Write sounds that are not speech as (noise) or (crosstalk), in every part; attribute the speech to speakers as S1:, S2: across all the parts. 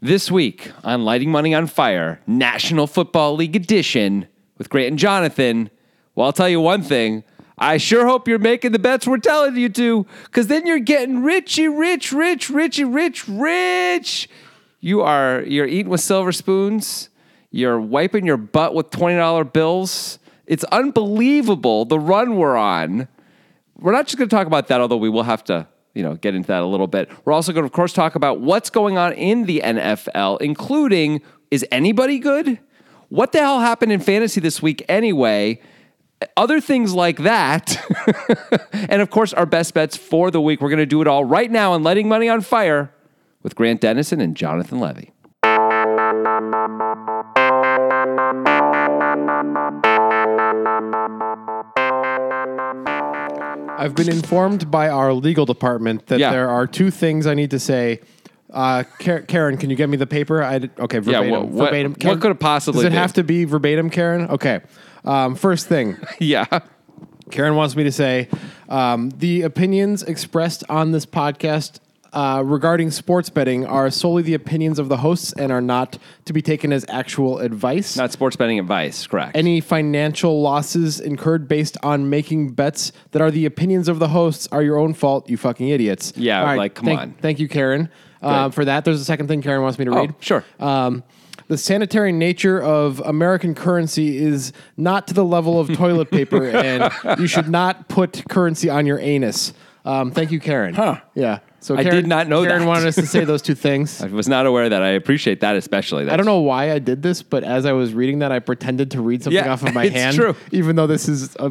S1: This week on Lighting Money on Fire, National Football League Edition with Grant and Jonathan. Well, I'll tell you one thing. I sure hope you're making the bets we're telling you to, because then you're getting richy, rich, rich, richy, rich, rich. You are you're eating with silver spoons. You're wiping your butt with $20 bills. It's unbelievable the run we're on we're not just going to talk about that, although we will have to, you know, get into that a little bit. We're also going to, of course, talk about what's going on in the NFL, including is anybody good? What the hell happened in fantasy this week anyway? Other things like that. (laughs) and of course, our best bets for the week. We're going to do it all right now on Letting Money on Fire with Grant Dennison and Jonathan Levy. (laughs)
S2: I've been informed by our legal department that
S1: Yeah.
S2: there are two things I need to say. Uh, Ka- Karen, can you get me the paper? I did, okay, verbatim.
S1: what- what-
S2: verbatim.
S1: what
S2: Karen-
S1: could it possibly
S2: Does it
S1: be?
S2: have to be verbatim, Karen? Okay. Um, first thing,
S1: yeah.
S2: Karen wants me to say um, the opinions expressed on this podcast uh, regarding sports betting are solely the opinions of the hosts and are not to be taken as actual advice.
S1: Not sports betting advice, correct.
S2: Any financial losses incurred based on making bets that are the opinions of the hosts are your own fault, you fucking idiots.
S1: Yeah,
S2: All
S1: like, come
S2: thank,
S1: on.
S2: Thank you, Karen, uh,
S1: Good.
S2: for that. There's a second thing Karen wants me to
S1: Oh,
S2: read.
S1: sure.
S2: Um, the sanitary nature of American currency is not to the level of
S1: (laughs)
S2: toilet paper, and you should not put currency on your anus. Um, thank you, Karen. Huh. Yeah. So
S1: I
S2: Karen,
S1: did not know
S2: Karen
S1: that.
S2: wanted us to say those two things.
S1: (laughs) I was not aware of that. I appreciate that especially.
S2: I don't know why I did this, but as I was reading that, I pretended to read something
S1: Yeah,
S2: off of
S1: (laughs)
S2: my
S1: it's
S2: hand.
S1: true.
S2: Even though this is a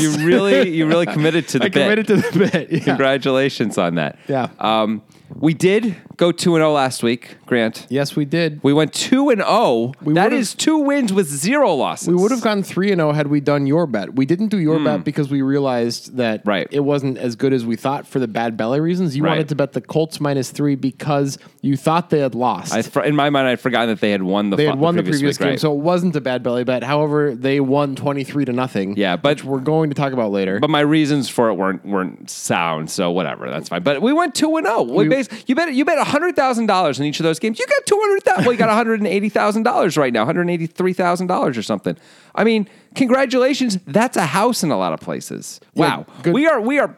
S1: (laughs) You
S2: (laughs)
S1: really, you really committed to the
S2: I
S1: bit.
S2: committed to the bit. Yeah.
S1: Congratulations on that.
S2: Yeah.
S1: Um, we did go 2 and 0 last week, Grant.
S2: Yes, we did.
S1: We went 2 and 0. That
S2: would've-
S1: is two wins with zero losses.
S2: We would have gone three and zero had we done your bet. We didn't do your bet because we realized that
S1: Hmm. Right.
S2: it wasn't as good as we thought for the bad belly reasons. You
S1: Right.
S2: wanted to bet the Colts minus three because you thought they had lost.
S1: I, fr- in my mind, I'd forgotten that they had won the
S2: they
S1: fu-
S2: had won the
S1: week,
S2: previous, game,
S1: right?
S2: so it wasn't a bad belly bet. However, they won twenty three to nothing.
S1: Yeah, but-
S2: which we're going to talk about later.
S1: but my reasons for it weren't weren't sound, so whatever, that's fine. But we went two and zero. We bas- you bet you bet hundred thousand dollars in each of those games. You got two hundred thousand. well, you got one hundred and eighty thousand dollars right now, one hundred eighty three thousand dollars or something. I mean, congratulations. That's a house in a lot of places. Wow,
S2: good-
S1: we are we are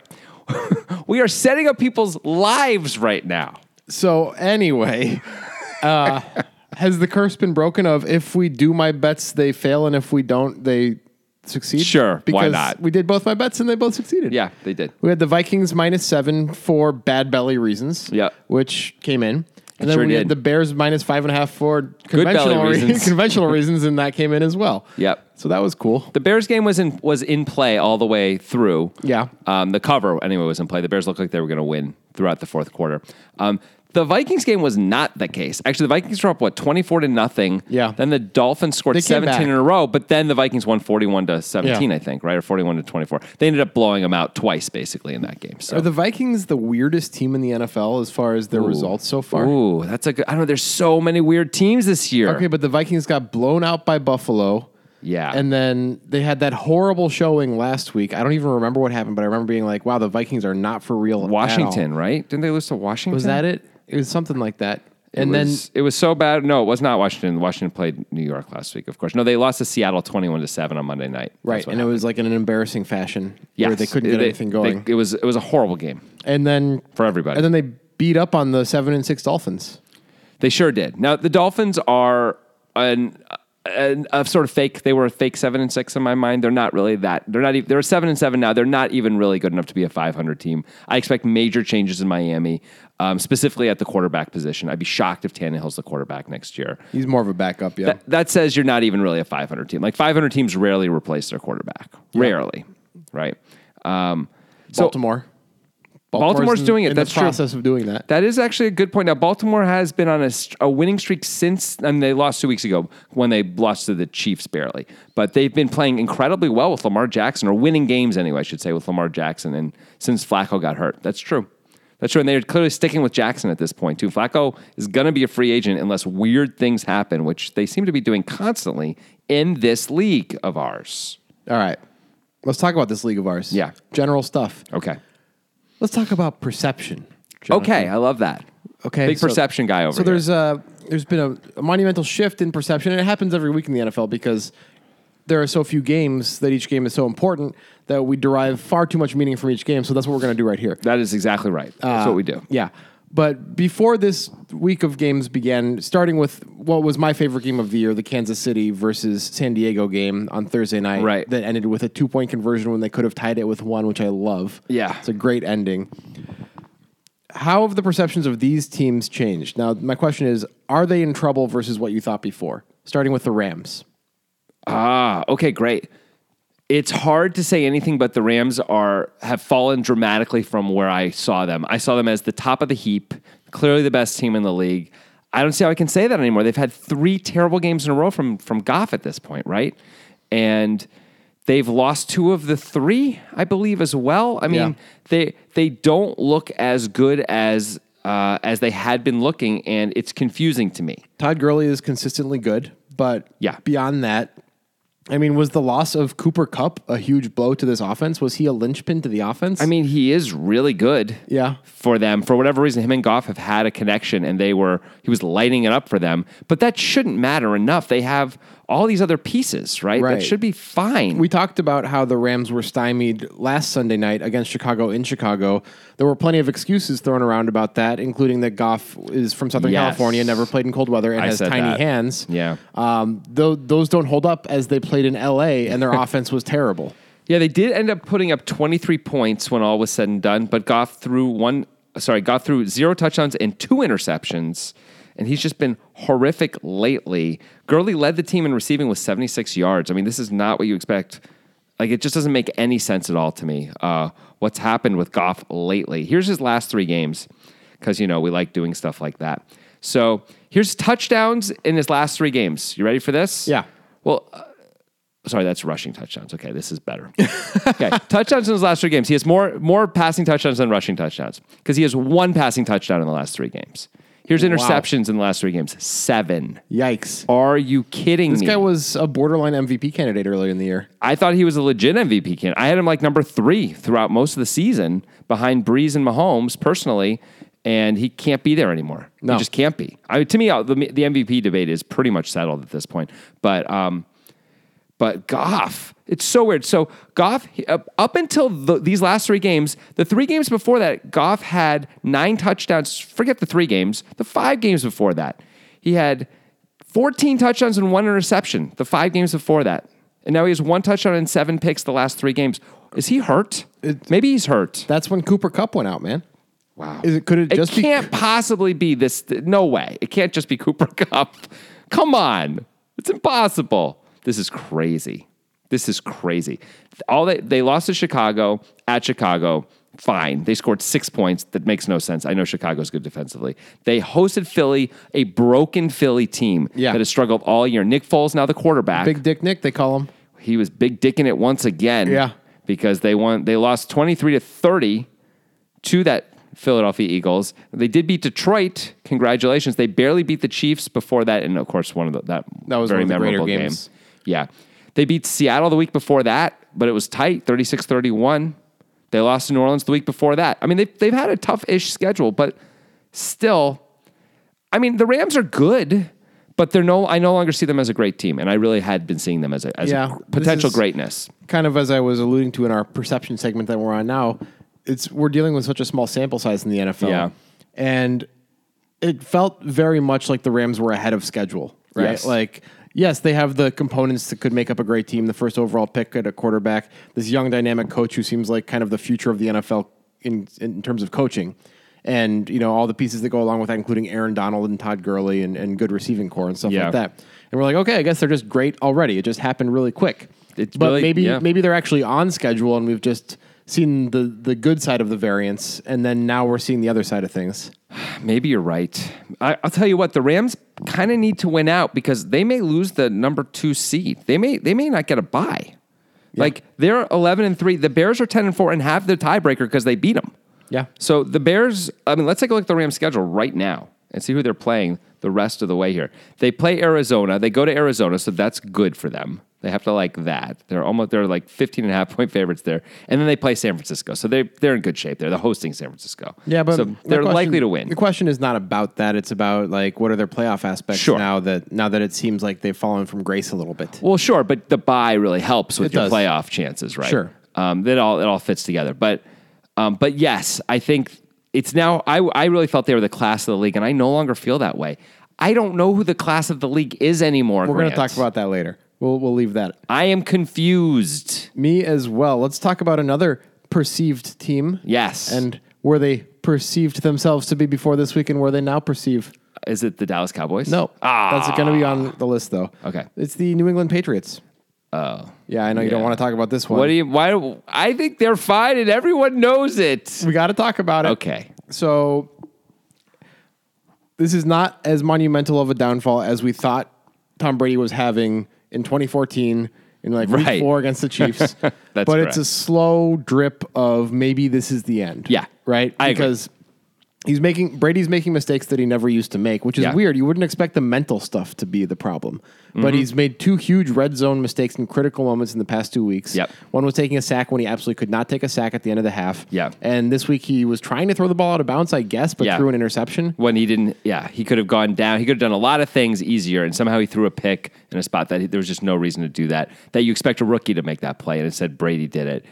S1: (laughs) we are setting up people's lives right now.
S2: So anyway, (laughs) uh, has the curse been broken of if we do my bets they fail and if we don't they succeed?
S1: Sure, why
S2: because
S1: not?
S2: We did both my bets and they both succeeded.
S1: Yeah, they did.
S2: we had the Vikings minus seven for bad belly reasons.
S1: Yeah.
S2: which came in. And then
S1: sure
S2: we
S1: did.
S2: had the Bears minus five and a half for
S1: belly
S2: conventional re-
S1: reasons.
S2: (laughs) conventional reasons, and that came in as well.
S1: Yep.
S2: So that was cool.
S1: The Bears game was in was in play all the way through.
S2: Yeah.
S1: Um, the cover anyway was in play. The Bears looked like they were going to win throughout the fourth quarter. Um, the Vikings game was not the case. Actually, the Vikings were up what twenty four to nothing.
S2: Yeah.
S1: Then the Dolphins scored
S2: They came
S1: seventeen in
S2: back.
S1: a row, but then the Vikings won forty one to seventeen,
S2: Yeah.
S1: I think, right, or forty one to twenty four. They ended up blowing them out twice, basically, in that game. So
S2: Are the Vikings the weirdest team in the NFL as far as their results so far?
S1: ooh, that's a good. I don't know. There's so many weird teams this year.
S2: Okay, but the Vikings got blown out by Buffalo.
S1: Yeah.
S2: And then they had that horrible showing last week. I don't even remember what happened, but I remember being like, wow, the Vikings are not for real. at all."
S1: Washington, right? Didn't they lose to Washington?
S2: Was that it? It was something like that. and
S1: it
S2: then
S1: was, it was so bad. No, it was not Washington. Washington played New York last week, of course. No, they lost to Seattle twenty-one to seven on Monday night.
S2: right, and it was like in an embarrassing fashion
S1: yeah,
S2: where they couldn't get anything going.
S1: it was it was a horrible game.
S2: and then
S1: For everybody.
S2: And then they beat up on the 7 and 6 Dolphins.
S1: They sure did. Now the Dolphins are an, an a sort of fake. They were a fake seven and six in my mind. They're not really that. They're not. Even, they're a seven and seven now. They're not even really good enough to be a five hundred team. I expect major changes in Miami, um, specifically at the quarterback position. I'd be shocked if Tannehill's the quarterback next year.
S2: He's more of a backup, yeah.
S1: that, that says you're not even really a 500 team. Like 500 teams rarely replace their quarterback, rarely, right? Um, so
S2: Baltimore.
S1: Baltimore's
S2: in-
S1: doing it.
S2: in
S1: That's
S2: the
S1: true.
S2: process of doing that.
S1: that is actually a good point. Now Baltimore has been on a, st- a winning streak since, and they lost two weeks ago when they lost to the Chiefs barely. But they've been playing incredibly well with Lamar Jackson, or winning games anyway, I should say, with Lamar Jackson. And since Flacco got hurt, that's true. That's true. And they're clearly sticking with Jackson at this point, too. Flacco is going to be a free agent unless weird things happen, which they seem to be doing constantly in this league of ours.
S2: All right. Let's talk about this league of ours.
S1: Yeah.
S2: General stuff.
S1: Okay.
S2: Let's talk about perception. Jonathan.
S1: Oh, Okay. I love that.
S2: Okay.
S1: Big
S2: so-
S1: perception guy over
S2: So
S1: here.
S2: there's uh, there's been a, a monumental shift in perception. And it happens every week in the NFL because there are so few games that each game is so important that we derive far too much meaning from each game. So that's what we're going to do right here.
S1: That is exactly right. That's
S2: Uh,
S1: what we do.
S2: Yeah. But before this week of games began, starting with what was my favorite game of the year, the Kansas City versus San Diego game on Thursday night,
S1: Right.
S2: that ended with a two point conversion when they could have tied it with one, which I love.
S1: Yeah.
S2: It's a great ending. How have the perceptions of these teams changed? Now, my question is are they in trouble versus what you thought before? Starting with the Rams.
S1: Ah, okay, great. It's hard to say anything, but the Rams are have fallen dramatically from where I saw them. I saw them as the top of the heap, clearly the best team in the league. I don't see how I can say that anymore. They've had three terrible games in a row from from Goff at this point, right? And they've lost two of the three, I believe, as well. I mean,
S2: Yeah.
S1: they they don't look as good as uh, as they had been looking, and it's confusing to me.
S2: Todd Gurley is consistently good, but
S1: Yeah.
S2: beyond that, I mean, was the loss of Cooper Cup a huge blow to this offense? Was he a linchpin to the offense?
S1: I mean, he is really good.
S2: Yeah.
S1: For them, for whatever reason, him and Goff have had a connection, and they were he was lighting it up for them. But that shouldn't matter enough. They have all these other pieces, right?
S2: Right.
S1: That should be fine.
S2: we talked about how the Rams were stymied last Sunday night against Chicago in Chicago. There were plenty of excuses thrown around about that, including that Goff is from Southern
S1: Yes.
S2: California, never played in cold weather, and
S1: I
S2: has
S1: said
S2: tiny
S1: that.
S2: hands.
S1: Yeah.
S2: Um, tho- those don't hold up as they played in LA,
S1: (laughs)
S2: and their offense was terrible.
S1: yeah, they did end up putting up 23 points when all was said and done. But Goff threw one, sorry, Goff threw zero touchdowns and two interceptions, and he's just been horrific lately. Gurley led the team in receiving with 76 yards. I mean, this is not what you expect. Like it just doesn't make any sense at all to me. Uh, what's happened with Goff lately? Here's his last three games, because you know we like doing stuff like that. So here's touchdowns in his last three games. You ready for this?
S2: Yeah.
S1: Well, uh, sorry, that's rushing touchdowns. Okay, this is better. (laughs) okay, touchdowns in his last three games. He has more more passing touchdowns than rushing touchdowns because he has one passing touchdown in the last three games. Here's interceptions in the last three games. Seven.
S2: Yikes.
S1: Are you kidding me?
S2: This guy was a borderline MVP candidate earlier in the year.
S1: I thought he was a legit MVP candidate. I had him like number three throughout most of the season behind Breeze and Mahomes personally, and he can't be there anymore.
S2: No.
S1: He just can't be. I, to me, uh, the, the MVP debate is pretty much settled at this point. But um, but Goff, it's so weird. So Goff, he- up up until the, these last three games, the three games before that, Goff had nine touchdowns. Forget the three games, the five games before that, he had 14 touchdowns and one interception. The five games before that, and now he has one touchdown and seven picks the last three games. Is he hurt? Maybe he's hurt.
S2: That's when Cooper Cup went out, man.
S1: Wow.
S2: Is it- could it just be-
S1: can't possibly be this. No way. It can't just be Cooper (laughs) Cup. Come on. It's impossible. This is crazy. This is crazy. All they, they lost to Chicago at Chicago. Fine. They scored six points. That makes no sense. I know Chicago's good defensively. They hosted Philly, a broken Philly team
S2: Yeah.
S1: that has struggled all year. Nick Foles, now the quarterback
S2: Big Dick Nick, they call him.
S1: he was big dicking it once again.
S2: Yeah.
S1: Because they won they lost 23 to 30 to that Philadelphia Eagles. They did beat Detroit. Congratulations. They barely beat the Chiefs before that and of course one of the, that
S2: That was
S1: very
S2: one of the greater
S1: memorable game.
S2: games.
S1: Yeah. They beat Seattle the week before that, but it was tight, 36-31. They lost to New Orleans the week before that. I mean, they they've had a tough-ish schedule, but still I mean, the Rams are good, but they're no. I no longer see them as a great team, and I really had been seeing them as a, as a
S2: Yeah,
S1: gr-
S2: this
S1: potential
S2: is-
S1: greatness.
S2: kind of as I was alluding to in our perception segment that we're on now, it's we're dealing with such a small sample size in the NFL.
S1: Yeah.
S2: And it felt very much like the Rams were ahead of schedule, right?
S1: Yes.
S2: Like yes, they have the components that could make up a great team, the first overall pick at a quarterback, this young dynamic coach who seems like kind of the future of the NFL in in terms of coaching. And you know all the pieces that go along with that, including Aaron Donald and Todd Gurley and, and good receiving core and stuff
S1: Yeah.
S2: like that. And we're like, okay, I guess they're just great already. It just happened really quick
S1: It's
S2: but
S1: really-
S2: maybe
S1: yeah.
S2: maybe they're actually on schedule and we've just seen the the good side of the variance and then now we're seeing the other side of things.
S1: Maybe you're right. I, I'll tell you what. The Rams kind of need to win out because they may lose the number two seed. They may they may not get a bye. Like they're eleven and three. The Bears are ten and four and have the tiebreaker because they beat them.
S2: Yeah.
S1: So the Bears, I mean, let's take a look at the Rams schedule right now and see who they're playing the rest of the way here. They play Arizona. They go to Arizona, so that's good for them. They have to like that. They're almost they're like 15 and a half point favorites there. And then they play San Francisco. So they they're in good shape. They're the hosting San Francisco.
S2: Yeah, but
S1: so
S2: my
S1: they're
S2: question-
S1: likely to win.
S2: The question is not about that. It's about like what are their playoff aspects
S1: Sure.
S2: now that now that it seems like they've fallen from grace a little bit.
S1: Well, sure, but the buy really helps with
S2: It
S1: your
S2: does.
S1: playoff chances, right?
S2: Sure.
S1: Um, that all it all fits together. But um, but yes, I think it's now. I I really felt they were the class of the league, and I no longer feel that way. I don't know who the class of the league is anymore.
S2: We're going to talk about that later. We'll we'll leave that.
S1: I am confused.
S2: Me as well. Let's talk about another perceived team.
S1: Yes.
S2: And where they perceived themselves to be before this week and where they now perceive.
S1: Is it the Dallas Cowboys? Ah,
S2: No. That's going to be on the list though.
S1: Okay.
S2: It's the New England Patriots.
S1: Oh.
S2: Yeah, I know you don't
S1: Yeah.
S2: want to talk about this one.
S1: What do you? Why? I think they're fine, and everyone knows it.
S2: we got to talk about it.
S1: Okay.
S2: So this is not as monumental of a downfall as we thought Tom Brady was having in 2014 in like
S1: Right.
S2: week four against the Chiefs.
S1: (laughs)
S2: That's but it's a
S1: correct.
S2: slow drip of maybe this is the end.
S1: Yeah.
S2: Right?
S1: I agree.
S2: because he's making Brady's making mistakes that he never used to make, which is
S1: Yeah.
S2: weird. You wouldn't expect the mental stuff to be the problem.
S1: Mm-hmm.
S2: But he's made two huge red zone mistakes in critical moments in the past two weeks.
S1: Yep.
S2: One was taking a sack when he absolutely could not take a sack at the end of the half.
S1: Yeah.
S2: And this week he was trying to throw the ball out of bounds, I guess, but
S1: Yeah.
S2: threw an interception.
S1: when he didn't yeah he could have gone down he could have done a lot of things easier and somehow he threw a pick in a spot that he- there was just no reason to do that that you expect a rookie to make that play and instead brady did it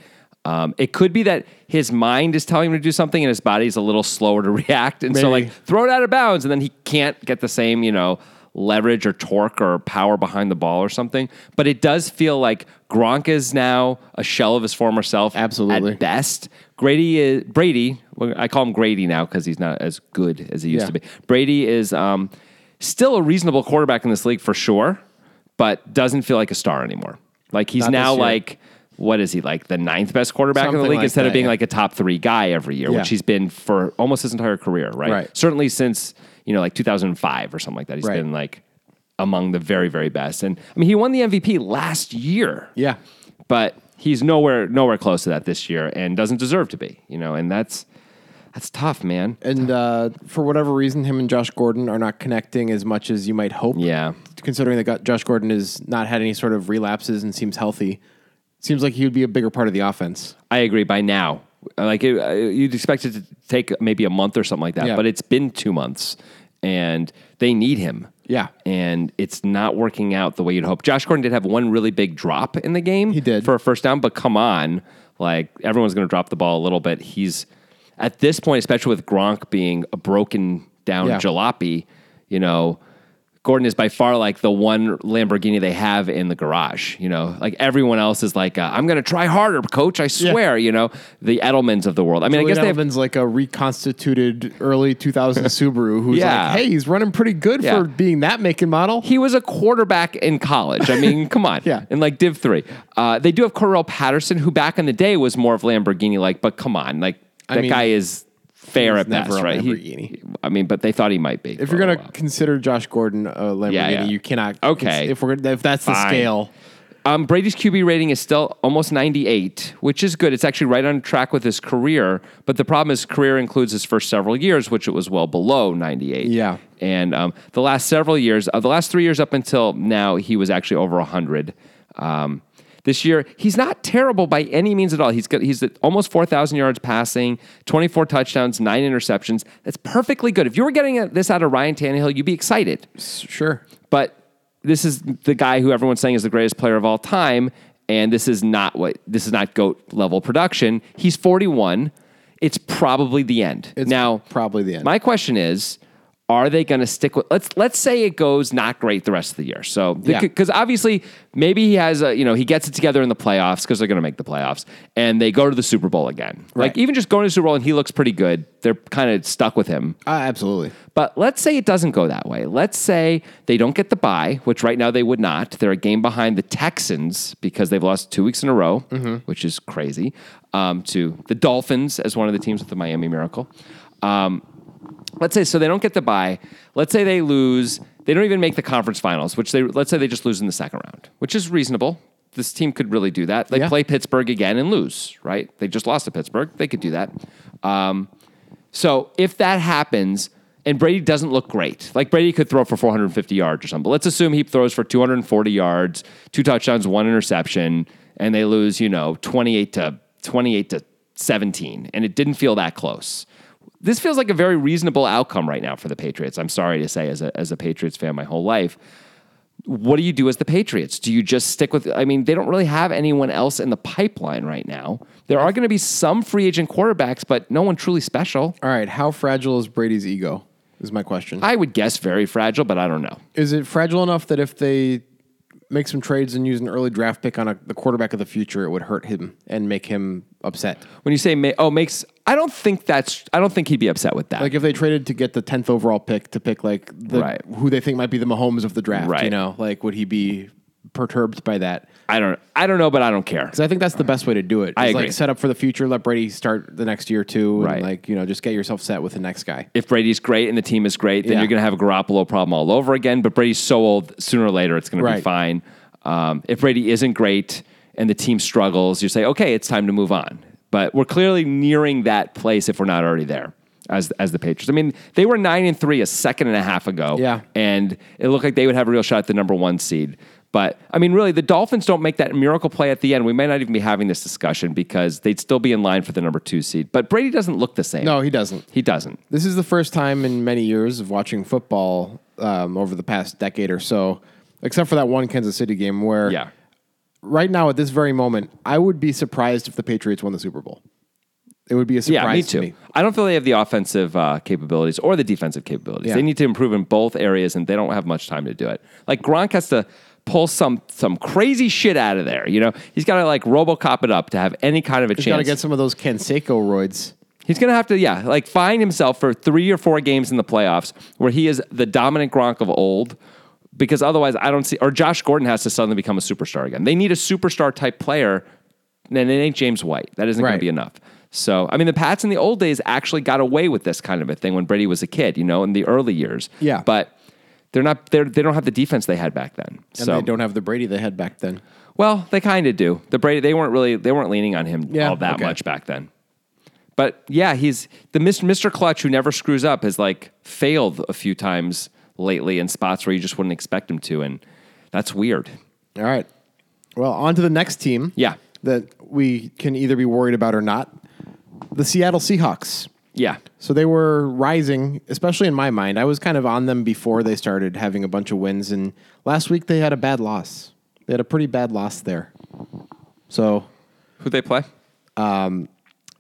S1: um, it could be that his mind is telling him to do something and his body's a little slower to (laughs) react and so
S2: Maybe.
S1: like throw it out of bounds and then he can't get the same you know leverage or torque or power behind the ball or something but it does feel like gronk is now a shell of his former self at
S2: Absolutely.
S1: best. Grady is Brady. well, I call him Grady now because he's not as good as he used
S2: Yeah.
S1: to be. Brady is um, still a reasonable quarterback in this league for sure, but doesn't feel like a star anymore. Like he's
S2: Not this
S1: now
S2: year.
S1: like what is he like the ninth best quarterback in the
S2: Something
S1: league
S2: like
S1: instead of
S2: that,
S1: being
S2: yeah.
S1: like a top three guy every year,
S2: Yeah.
S1: which he's been for almost his entire career, right?
S2: Right.
S1: Certainly since you know like 2005 or something like that. He's
S2: Right.
S1: been like among the very very best, and I mean he won the MVP last year
S2: Yeah.
S1: but he's nowhere nowhere close to that this year and doesn't deserve to be you know and that's that's tough man
S2: And uh, for whatever reason, him and Josh Gordon are not connecting as much as you might hope.
S1: yeah
S2: Considering that got- Josh Gordon has not had any sort of relapses and seems healthy, seems like he would be a bigger part of the offense.
S1: i agree by now like it, uh, you'd expect it to take maybe a month or something like that
S2: Yeah.
S1: but it's been two months and they need him
S2: Yeah.
S1: and it's not working out the way you'd hope josh gordon did have one really big drop in the game he
S2: did.
S1: for a first down but come on like everyone's going to drop the ball a little bit he's at this point especially with gronk being a broken down
S2: Yeah.
S1: jalopy you know Gordon is by far like the one Lamborghini they have in the garage. You know, like everyone else is like, uh, I'm going to try harder, coach. I swear. You know, the Edelmans of the world. I mean, I guess they have.
S2: Edelman's like a reconstituted
S1: (laughs)
S2: early 2000 Subaru who's
S1: Yeah.
S2: like, hey, he's running pretty good
S1: Yeah.
S2: for being that make and model.
S1: He was a quarterback in college. I
S2: (laughs)
S1: mean, come on.
S2: Yeah.
S1: In like Div 3. Uh, they do have Cordell Patterson, who back in the day was more of Lamborghini like, but come on. Like,
S2: I
S1: that
S2: mean,
S1: guy is fair
S2: was
S1: at best,
S2: never a
S1: right? He-
S2: Lamborghini.
S1: I mean, but they thought he might be.
S2: if you're going to consider Josh Gordon a Lamborghini,
S1: Oh, Yeah, yeah.
S2: you cannot.
S1: Okay.
S2: If, we're, if that's the
S1: Fine.
S2: scale.
S1: Um, Brady's QB rating is still almost 98, which is good. It's actually right on track with his career. But the problem is, career includes his first several years, which it was well below 98.
S2: Yeah.
S1: And um, the last several years, uh, the last three years up until now, he was actually over 100. Um, this year, he's not terrible by any means at all. He's got, he's at almost 4,000 yards passing, 24 touchdowns, nine interceptions. That's perfectly good. If you were getting uh this out of Ryan Tannehill, you'd be excited
S2: Sure.
S1: but this is the guy who everyone's saying is the greatest player of all time and this is not what this is not goat level production he's 41 it's probably the end
S2: It's
S1: now
S2: probably the end.
S1: my question is are they going to stick with let's let's say it goes not great the rest of the year so
S2: Yeah.
S1: because obviously maybe he has a you know he gets it together in the playoffs because they're going to make the playoffs and they go to the super bowl again like
S2: Right.
S1: even just going to the super bowl and he looks pretty good they're kind of stuck with him
S2: Uh, absolutely.
S1: but let's say it doesn't go that way. Let's say they don't get the bye, which right now they would not. They're a game behind the Texans because they've lost two weeks in a row, which is crazy, um, to the Dolphins as one of the teams with the Miami Miracle. Um, let's say so they don't get the bye. Let's say they lose. They don't even make the conference finals, which they let's say they just lose in the second round, which is reasonable. This team could really do that. They
S2: Yeah.
S1: play Pittsburgh again and lose, right? They just lost to Pittsburgh. They could do that. Um, so if that happens and Brady doesn't look great. Like Brady could throw for 450 yards or something. But let's assume he throws for 240 yards, two touchdowns, one interception, and they lose, you know, 28 to 28 to 17, and it didn't feel that close. This feels like a very reasonable outcome right now for the Patriots. I'm sorry to say, as a, as a Patriots fan my whole life. What do you do as the Patriots? Do you just stick with? I mean, they don't really have anyone else in the pipeline right now. There are going to be some free agent quarterbacks, but no one truly special.
S2: All right, how fragile is Brady's ego? Is my question.
S1: I would guess very fragile, but I don't know.
S2: is it fragile enough that if they make some trades and use an early draft pick on a, the quarterback of the future, it would hurt him and make him upset?
S1: When you say ma- oh makes, I don't think that's. I don't think he'd be upset with that.
S2: Like if they traded to get the tenth overall pick to pick like the,
S1: Right.
S2: who they think might be the Mahomes of the draft, you
S1: Right.
S2: know, like would he be perturbed by that?
S1: I don't. I don't know, but I don't care.
S2: Because I think that's the best way to do it.
S1: I
S2: is,
S1: agree.
S2: Like set up for the future, let Brady start the next year too, and
S1: Right.
S2: like you know just get yourself set with the next guy.
S1: If Brady's great and the team is great, then
S2: Yeah.
S1: you're going to have a Garoppolo problem all over again. But Brady's so old, sooner or later it's going to be
S2: Right.
S1: fine. Um, if Brady isn't great and the team struggles, you say, okay, it's time to move on. But we're clearly nearing that place if we're not already there. As, as the Patriots, I mean, they were nine and three a second and a half ago.
S2: Yeah.
S1: and it looked like they would have a real shot at the number one seed. But I mean, really, the Dolphins don't make that miracle play at the end. We may not even be having this discussion because they'd still be in line for the number two seed. But Brady doesn't look the same.
S2: No, he doesn't.
S1: he doesn't.
S2: This is the first time in many years of watching football um, over the past decade or so, except for that one Kansas City game where
S1: Yeah.
S2: right now at this very moment, I would be surprised if the Patriots won the Super Bowl. It would be a surprise
S1: Yeah, me
S2: to
S1: too.
S2: me.
S1: I don't feel they have the offensive uh, capabilities or the defensive capabilities.
S2: Yeah.
S1: They need to improve in both areas, and they don't have much time to do it. Like Gronk has to pull some some crazy shit out of there. You know, he's got to like RoboCop it up to have any kind of a
S2: Got to
S1: chance.
S2: get some of those Canseco roids.
S1: He's going to have to, yeah, like find himself for three or four games in the playoffs where he is the dominant Gronk of old. Because otherwise, I don't see, or Josh Gordon has to suddenly become a superstar again. They need a superstar type player, and it ain't James White. That isn't going
S2: Right.
S1: to be enough. So, I mean, the Pats in the old days actually got away with this kind of a thing when Brady was a kid, you know, in the early years.
S2: Yeah.
S1: But they're not, they're, they don't have the defense they had back then.
S2: And
S1: so,
S2: they don't have the Brady they had back then.
S1: well, they kind of do. The Brady, they weren't really, they weren't leaning on him
S2: Yeah,
S1: all that
S2: okay.
S1: much back then. But yeah, he's the Mr. Mr. Clutch who never screws up has like failed a few times lately in spots where you just wouldn't expect him to, and that's weird.
S2: All right. Well, on to the next team.
S1: Yeah.
S2: That we can either be worried about or not. The Seattle Seahawks.
S1: Yeah,
S2: So they were rising, especially in my mind. I was kind of on them before they started having a bunch of wins. And last week they had a bad loss. They had a pretty bad loss there. So
S1: who they play?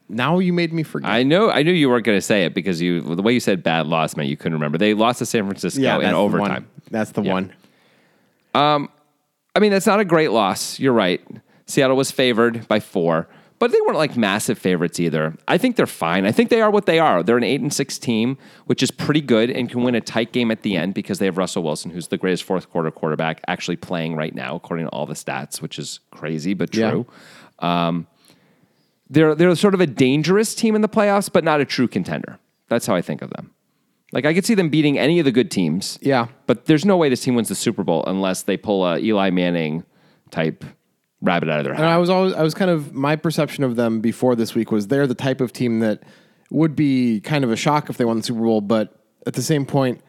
S2: now you made me forget.
S1: I know, I knew you weren't going to say it because you the way you said bad loss meant you couldn't remember. They lost to San Francisco in
S2: the one.
S1: overtime.
S2: That's the
S1: Yeah.
S2: one.
S1: I mean, that's not a great loss. You're right. Seattle was favored by four, but they weren't like massive favorites either. I think they're fine. I think they are what they are. They're an eight and six team, which is pretty good and can win a tight game at the end because they have Russell Wilson, who's the greatest fourth quarter quarterback actually playing right now, according to all the stats, which is crazy but
S2: Yeah.
S1: true. Um, they're they're sort of a dangerous team in the playoffs, but not a true contender. That's how I think of them. Like I could see them beating any of the good teams.
S2: Yeah.
S1: But there's no way this team wins the Super Bowl unless they pull a Eli Manning type rabbit out of their
S2: And
S1: hat.
S2: I was always, I was kind of, my perception of them before this week was they're the type of team that would be kind of a shock if they won the Super Bowl, but at the same point,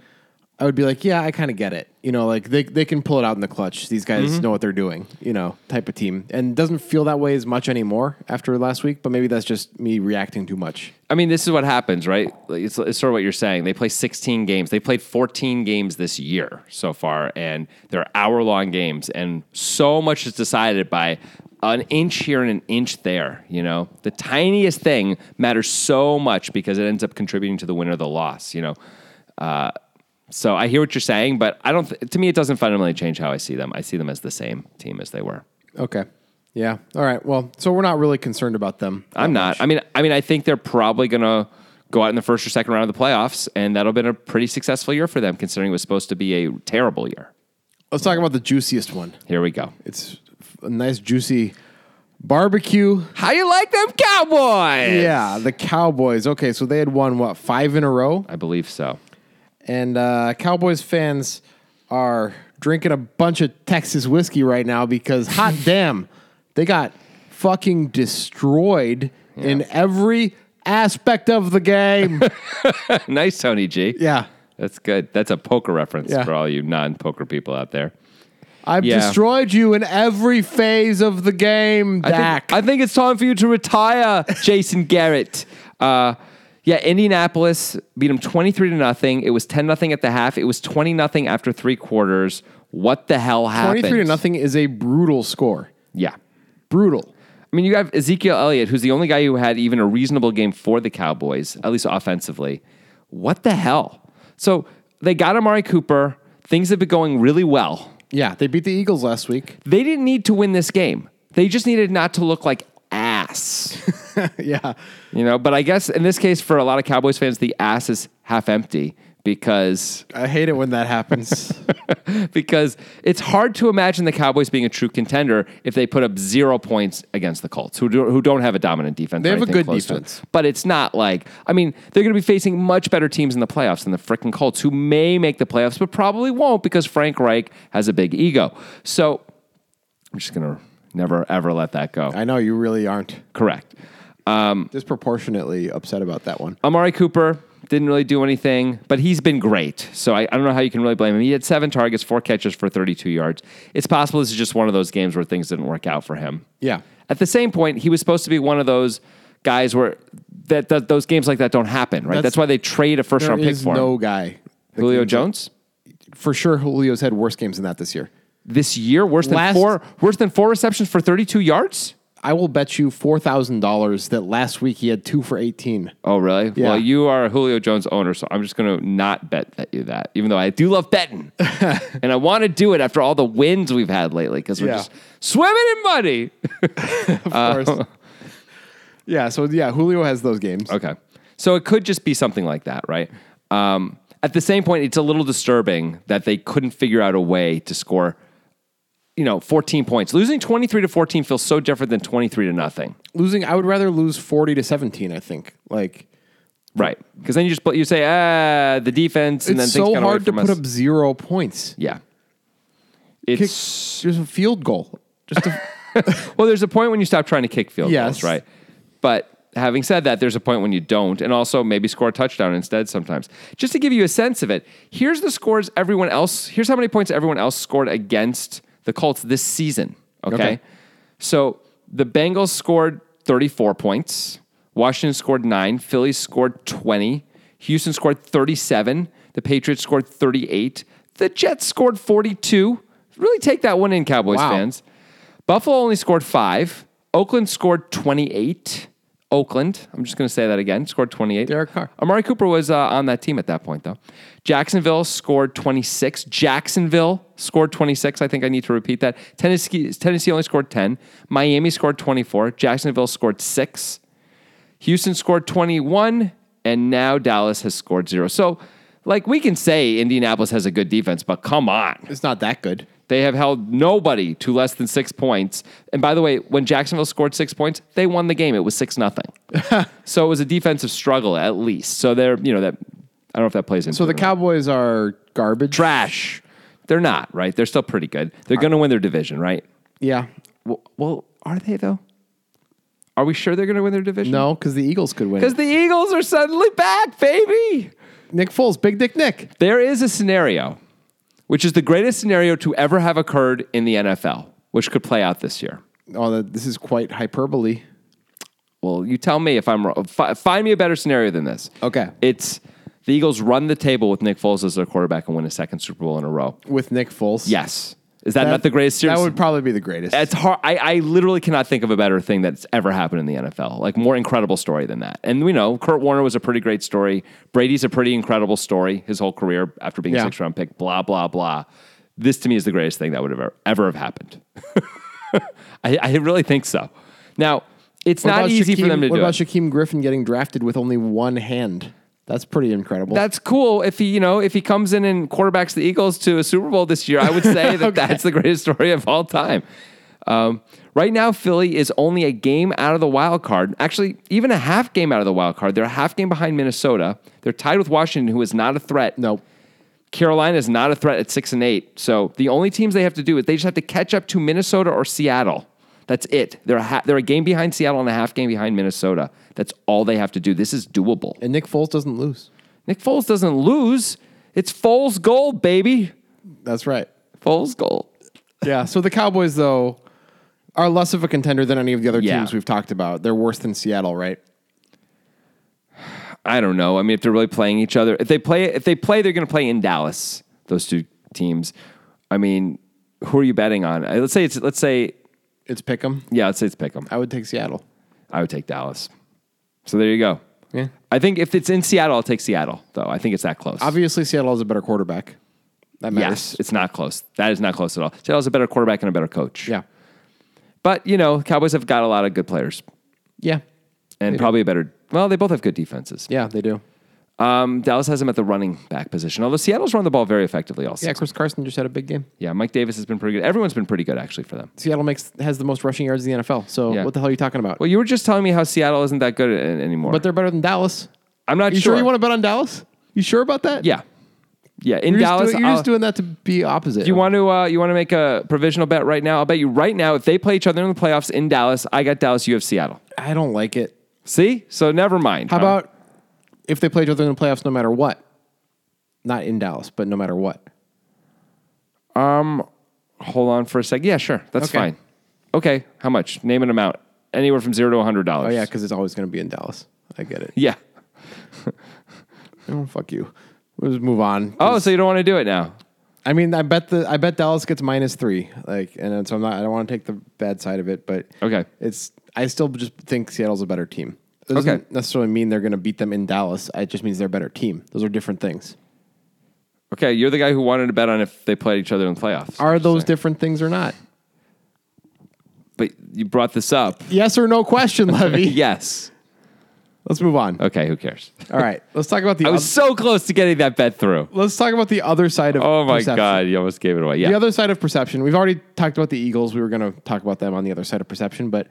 S2: I would be like, yeah, I kind of get it. You know, like they, they can pull it out in the clutch. These guys know what they're doing, you know, type of team. And it doesn't feel that way as much anymore after last week, but maybe that's just me reacting too much.
S1: I mean, this is what happens, right? Like, It's, it's sort of what you're saying. They play 16 games. They played 14 games this year so far, and they're hour long games. And so much is decided by an inch here and an inch there. You know, the tiniest thing matters so much because it ends up contributing to the win or the loss, you know? Uh, so I hear what you're saying, but I don't, th- to me, it doesn't fundamentally change how I see them. I see them as the same team as they were.
S2: Okay. Yeah. All right. Well, so we're not really concerned about them.
S1: I'm not. I mean, I mean, I think they're probably going to go out in the first or second round of the playoffs, and that'll be a pretty successful year for them, considering it was supposed to be a terrible year.
S2: Let's talk about the juiciest one.
S1: Here we go.
S2: It's a nice, juicy barbecue
S1: How you like them Cowboys?
S2: Yeah, the Cowboys. Okay, so they had won what five in a row,
S1: I believe so. (laughs)
S2: and uh, Cowboys fans are drinking a bunch of Texas whiskey right now (laughs) because hot damn, they got fucking destroyed in every aspect of the game.
S1: nice, Tony G.
S2: (laughs) yeah.
S1: That's good. That's a poker reference
S2: Yeah.
S1: for all you non poker people out there.
S2: I've
S1: Yeah.
S2: destroyed you in every phase of the game,
S1: I think-
S2: Dak.
S1: I think, it's time for you to
S2: (laughs)
S1: retire, Jason Garrett. Uh, yeah, Indianapolis beat them 23 to nothing. It was 10 nothing at the half. It was 20 nothing after three quarters. What the hell happened?
S2: 23 to nothing is a brutal score.
S1: Yeah.
S2: Brutal.
S1: I mean, you have Ezekiel Elliott, who's the only guy who had even a reasonable game for the Cowboys, at least offensively. What the hell? So they got Amari Cooper. Things have been going really well.
S2: Yeah, they beat the Eagles last week.
S1: They didn't need to win this game. They just needed not to look like ass. (laughs)
S2: (laughs) yeah.
S1: You know, but I guess in this case, for a lot of Cowboys fans, the ass is half empty because
S2: I hate it when that (laughs) happens.
S1: because it's hard to imagine the Cowboys being a true contender if they put up zero points against the Colts, who do, who don't have a dominant defense.
S2: They
S1: or
S2: have a
S1: anything
S2: good
S1: close to it.
S2: defense.
S1: but it's not like I mean they're going to be facing much better teams in the playoffs than the frickin' Colts, who may make the playoffs but probably won't because Frank Reich has a big ego. So I'm just gonna never ever let that go.
S2: I know you really aren't
S1: Correct.
S2: disproportionately upset about that one.
S1: Amari Cooper didn't really do anything, but he's been great. So I, I don't know how you can really blame him. He had seven targets, four catches for 32 yards. It's possible this is just one of those games where things didn't work out for him.
S2: Yeah.
S1: At the same point, he was supposed to be one of those guys where that, that those games like that don't happen, right? That's,
S2: That's-
S1: why they trade a first
S2: There
S1: round pick
S2: is
S1: for
S2: no
S1: him.
S2: guy. that
S1: Julio
S2: can-
S1: Jones
S2: For sure, Julio's had worse games than that this year.
S1: this year worse than
S2: Last-
S1: four worse than four receptions for 32 yards.
S2: I will bet you $4,000 that last week he had two for 18.
S1: Oh really?
S2: Yeah.
S1: Well, you are a Julio Jones owner, so I'm just going to not bet that you that, even though I do love
S2: (laughs)
S1: betting, and I want to do it after all the wins we've had lately because we're
S2: Yeah.
S1: just swimming in money.
S2: Of course. Uh, (laughs) yeah, so yeah, Julio has those games.
S1: Okay, so it could just be something like that, right? Um, at the same point, it's a little disturbing that they couldn't figure out a way to score. You know, 14 points. Losing 23 to 14 feels so different than 23 to nothing.
S2: Losing, I would rather lose 40 to 17, I think. Like,
S1: Right. Because then you just put, you say, ah, the defense, and
S2: it's
S1: then things
S2: so
S1: got away
S2: hard to
S1: from
S2: put
S1: us.
S2: up zero points.
S1: Yeah. It's
S2: Just a field goal. Just a,
S1: Well, there's a point when you stop trying to kick field
S2: Yes.
S1: goals, right? But having said that, there's a point when you don't, and also maybe score a touchdown instead sometimes. Just to give you a sense of it, here's the scores everyone else, here's how many points everyone else scored against the Colts this season, okay?
S2: Okay.
S1: So the Bengals scored 34 points, Washington scored nine, Philly scored 20, Houston scored 37, the Patriots scored 38, the Jets scored 42. Really take that one in, Cowboys
S2: Wow.
S1: fans. Buffalo only scored five. Oakland scored 28. Oakland, I'm just going to say that again, scored 28.
S2: Derek Carr.
S1: Amari Cooper was uh, on that team at that point, though. Jacksonville scored 26. Jacksonville scored 26. I think I need to repeat that. Tennessee, Tennessee only scored 10. Miami scored 24. Jacksonville scored six. Houston scored 21, and now Dallas has scored zero. So, like, we can say Indianapolis has a good defense, but come on.
S2: it's not that good.
S1: They have held nobody to less than six points. And by the way, when Jacksonville scored six points, they won the game. It was six nothing.
S2: (laughs)
S1: so it was a defensive struggle at least. So they're you know that I don't know if that plays into.
S2: So the
S1: it or not.
S2: Cowboys are garbage.
S1: trash. They're not right. They're still pretty good. They're going to win their division, right?
S2: Yeah.
S1: Well, well, are they though? Are we sure they're going to win their division?
S2: No, because the Eagles could win.
S1: because the Eagles are suddenly back, baby.
S2: Nick Foles, Big Dick Nick.
S1: There is a scenario, which is the greatest scenario to ever have occurred in the NFL, which could play out this year.
S2: Oh, that, this is quite hyperbole.
S1: Well, you tell me if I'm wrong. Fi- find me a better scenario than this.
S2: Okay.
S1: It's the Eagles run the table with Nick Foles as their quarterback and win a second Super Bowl in a row.
S2: With Nick Foles.
S1: Yes. Is that, not the greatest
S2: That
S1: series?
S2: would probably be the greatest.
S1: it's hard. I, I literally cannot think of a better thing that's ever happened in the NFL. Like more incredible story than that. And we know Kurt Warner was a pretty great story. Brady's a pretty incredible story. His whole career after being a
S2: Yeah.
S1: six round pick. Blah blah blah. This to me is the greatest thing that would have ever, ever have happened. (laughs) I, I really think so. Now it's
S2: What
S1: not
S2: about
S1: easy
S2: Shaquem-
S1: for them to
S2: what
S1: do.
S2: about
S1: it.
S2: Shaquem Griffin getting drafted with only one hand? That's pretty incredible.
S1: that's cool if he you know if he comes in and quarterbacks the Eagles to a Super Bowl this year. I would say that that's the greatest story of all time. Um, right now, Philly is only a game out of the wild card. Actually, even a half game out of the wild card. They're a half game behind Minnesota. They're tied with Washington, who is not a threat.
S2: no.
S1: Carolina is not a threat at six and eight. So the only teams they have to do is they just have to catch up to Minnesota or Seattle That's it. They're a ha- they're a game behind Seattle and a half game behind Minnesota. That's all they have to do. This is doable.
S2: And Nick Foles doesn't lose.
S1: Nick Foles doesn't lose. It's Foles' goal, baby. (laughs)
S2: That's right.
S1: Foles' goal.
S2: Yeah. So the Cowboys, though, are less of a contender than any of the other
S1: Yeah.
S2: teams we've talked about. They're worse than Seattle, right?
S1: I don't know. I mean, if they're really playing each other, if they play, if they play, they're going to play in Dallas. Those two teams. I mean, who are you betting on? Uh, Let's say it's let's say
S2: It's pick 'em.
S1: yeah, let's say it's pick 'em.
S2: I would take Seattle.
S1: I would take Dallas. So there you go.
S2: Yeah.
S1: I think if it's in Seattle, I'll take Seattle. Though I think it's that close.
S2: Obviously, Seattle has a better quarterback. That matters.
S1: yes, it's not close. That is not close at all. Seattle's a better quarterback and a better coach.
S2: Yeah.
S1: But you know, Cowboys have got a lot of good players
S2: Yeah.
S1: and probably a better. Well, they both have good defenses.
S2: Yeah, they do.
S1: Um, Dallas has him at the running back position, although Seattle's run the ball very effectively also.
S2: Yeah,
S1: Yeah.
S2: Chris Carson just had a big game.
S1: Mike Davis has been pretty good. Everyone's been pretty good, actually, for them.
S2: Seattle makes has the most rushing yards in the NFL. So
S1: Yeah.
S2: what the hell are you talking about?
S1: Well, you were just telling me how Seattle isn't that good a- anymore.
S2: but
S1: But
S2: they're better than Dallas.
S1: I'm not
S2: You
S1: sure.
S2: sure you want to bet on Dallas? You sure about that?
S1: yeah. Yeah. In
S2: You're,
S1: Dallas,
S2: just, doing, you're
S1: I'll-
S2: just doing that to be opposite.
S1: you want to uh, you want to make a provisional bet right now? I'll bet you right now if they play each other in the playoffs in Dallas, I got Dallas, you have Seattle.
S2: I don't like it. Um,
S1: See? So never mind. Um,
S2: How
S1: Tom.
S2: about if they play each other in the playoffs no matter what? Not in Dallas, but no matter what.
S1: hold on for a sec? Yeah, sure. That's
S2: Okay.
S1: fine. Okay. How much? Name an amount. Anywhere from zero to hundred dollars.
S2: Oh yeah, because it's always going to be in Dallas. I get it.
S1: Yeah.
S2: Oh fuck you. We'll just move on.
S1: Oh, so you don't want to do it now?
S2: I mean, I bet the I bet Dallas gets minus three. Like, and then- so I'm not. I don't want to take the bad side of it, but
S1: Okay.
S2: it's. I still just think Seattle's a better team. It doesn't
S1: Okay.
S2: necessarily mean they're going to beat them in Dallas. It just means they're a better team. Those are different things.
S1: Okay, you're the guy who wanted to bet on if they played each other in the playoffs.
S2: Are those different things or not?
S1: But you brought this up.
S2: Yes or no question, Levy.
S1: Yes.
S2: Let's
S1: (laughs)
S2: move on.
S1: Okay, who cares?
S2: All right. Let's talk about the.
S1: I was so close to getting that bet through.
S2: oth- let's talk about the other side of.
S1: Oh my
S2: perception.
S1: god, you almost gave it away.
S2: The
S1: Yeah.
S2: other side of perception. We've already talked about the Eagles. We were going to talk about them on the other side of perception, but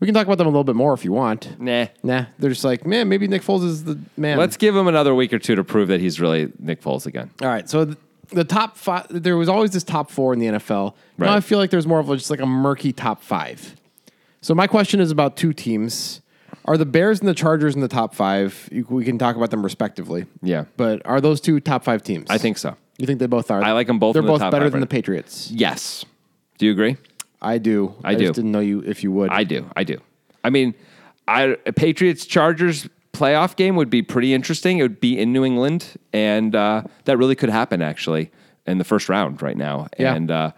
S2: we can talk about them a little bit more if you want.
S1: Nah.
S2: Nah, they're just like, man, maybe Nick Foles is the man.
S1: Let's give him another week or two to prove that he's really Nick Foles again.
S2: All right, so th- the top five. There was always this top four in the NFL. Now
S1: Right.
S2: I feel like there's more of a- just like a murky top five. So my question is about two teams: Are the Bears and the Chargers in the top five? You, we can talk about them respectively.
S1: Yeah.
S2: but are those two top five teams?
S1: I think so.
S2: you think they both are.
S1: I like 'em both
S2: They're
S1: in the
S2: both
S1: top
S2: better
S1: five
S2: than
S1: right
S2: the Patriots.
S1: Yes. Do you agree?
S2: I do. I,
S1: do.
S2: Just didn't know you if you would.
S1: I do. I do. I mean, I Patriots Chargers playoff game would be pretty interesting. It would be in New England, and uh, that really could happen actually in the first round right now.
S2: Yeah.
S1: And uh,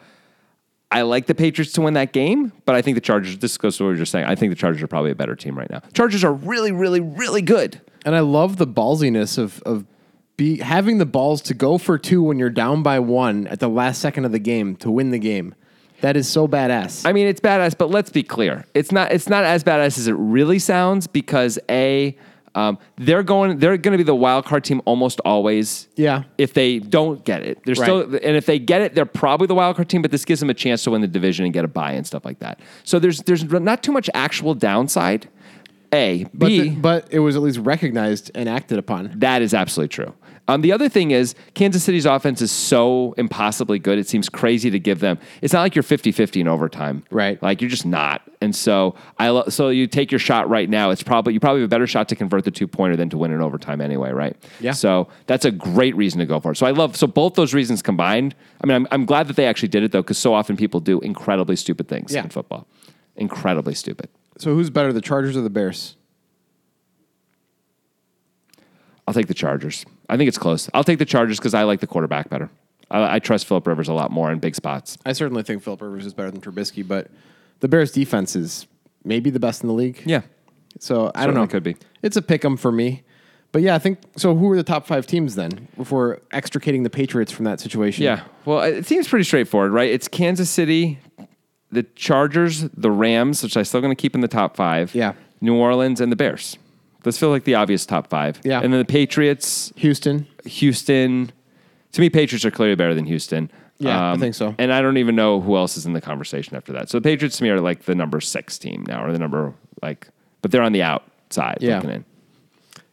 S1: I like the Patriots to win that game, but I think the Chargers. This goes to what you were just saying. I think the Chargers are probably a better team right now. Chargers are really, really, really good.
S2: And I love the ballsiness of of be having the balls to go for two when you're down by one at the last second of the game to win the game. That is so badass.
S1: I mean, it's badass, but let's be clear. It's not. It's not as badass as it really sounds because a. Um, they're going. They're going to be the wild card team almost always.
S2: Yeah.
S1: If they don't get it, they're
S2: Right.
S1: still. And if they get it, they're probably the wild card team. But this gives them a chance to win the division and get a bye and stuff like that. So there's there's not too much actual downside. A
S2: but,
S1: B.
S2: the- but it was at least recognized and acted upon.
S1: That is absolutely true. Um, the other thing is Kansas City's offense is so impossibly good. It seems crazy to give them. It's not like you're 50-50 in overtime.
S2: Right.
S1: Like you're just not. And so I lo- so you take your shot right now. It's probably you probably have a better shot to convert the two-pointer than to win in overtime anyway, right?
S2: Yeah.
S1: So that's a great reason to go for it. So I love so both those reasons combined. I mean, I'm, I'm glad that they actually did it though, because so often people do incredibly stupid things
S2: Yeah.
S1: in football. Incredibly stupid.
S2: So who's better, the Chargers or the Bears?
S1: I'll take the Chargers. I think it's close. I'll take the Chargers because I like the quarterback better. I, I trust Philip Rivers a lot more in big spots.
S2: I certainly think Philip Rivers is better than Trubisky, but the Bears defense is maybe the best in the league.
S1: Yeah.
S2: So I don't
S1: Certainly
S2: know.
S1: could be.
S2: It's a pick 'em for me. But yeah, I think so. Who are the top five teams then? If we're extricating the Patriots from that situation,
S1: Yeah. Well, it seems pretty straightforward, right? It's Kansas City, the Chargers, the Rams, which I'm still going to keep in the top five.
S2: Yeah.
S1: New Orleans and the Bears. Those feel like the obvious top five.
S2: Yeah.
S1: And then the Patriots,
S2: Houston,
S1: Houston. To me, Patriots are clearly better than Houston. Um,
S2: Yeah, I think so.
S1: And I don't even know who else is in the conversation after that. So the Patriots to me are like the number six team now, or the number like, but they're on the outside
S2: Yeah.
S1: looking in.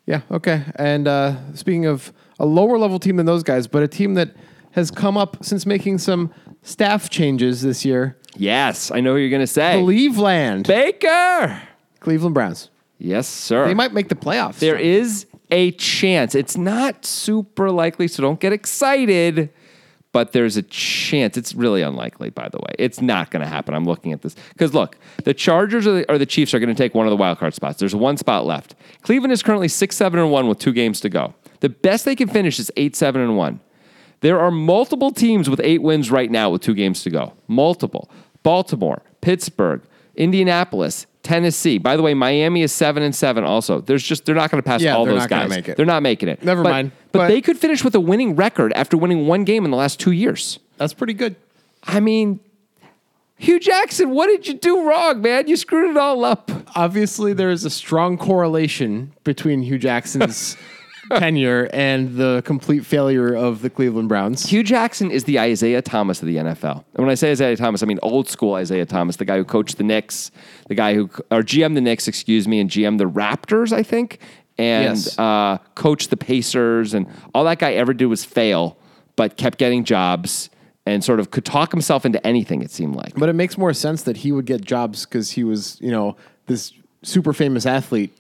S2: Yeah. Okay. And uh, speaking of a lower level team than those guys, but a team that has come up since making some staff changes this year.
S1: Yes, I know who you're going to say.
S2: Cleveland.
S1: Baker.
S2: Cleveland Browns.
S1: Yes, sir.
S2: They might make the playoffs.
S1: There is a chance. It's not super likely, so don't get excited. But there's a chance. It's really unlikely, by the way. It's not going to happen. I'm looking at this because look, the Chargers or the, or the Chiefs are going to take one of the wild card spots. There's one spot left. Cleveland is currently six, seven, and one with two games to go. The best they can finish is eight, seven, and one. There are multiple teams with eight wins right now with two games to go. Multiple. Baltimore, Pittsburgh, Indianapolis, Tennessee. By the way, Miami is seven and seven. Also, there's just they're not going to pass
S2: Yeah,
S1: all
S2: they're
S1: those
S2: not gonna
S1: guys.
S2: make it.
S1: They're not making it.
S2: Never
S1: But-
S2: mind.
S1: But,
S2: But-
S1: they could finish with a winning record after winning one game in the last two years.
S2: That's pretty good.
S1: I mean, Hugh Jackson, what did you do wrong, man? You screwed it all up.
S2: Obviously, there is a strong correlation between Hugh (laughs) Jackson's tenure and the complete failure of the Cleveland Browns.
S1: Hugh Jackson is the Isaiah Thomas of the NFL. And when I say Isaiah Thomas, I mean old school Isaiah Thomas, the guy who coached the Knicks, the guy who, or GM the Knicks, excuse me, and GM the Raptors, I think, and
S2: Yes.
S1: uh, coached the Pacers. And all that guy ever did was fail, but kept getting jobs and sort of could talk himself into anything, it seemed like.
S2: But it makes more sense that he would get jobs because he was, you know, this super famous athlete.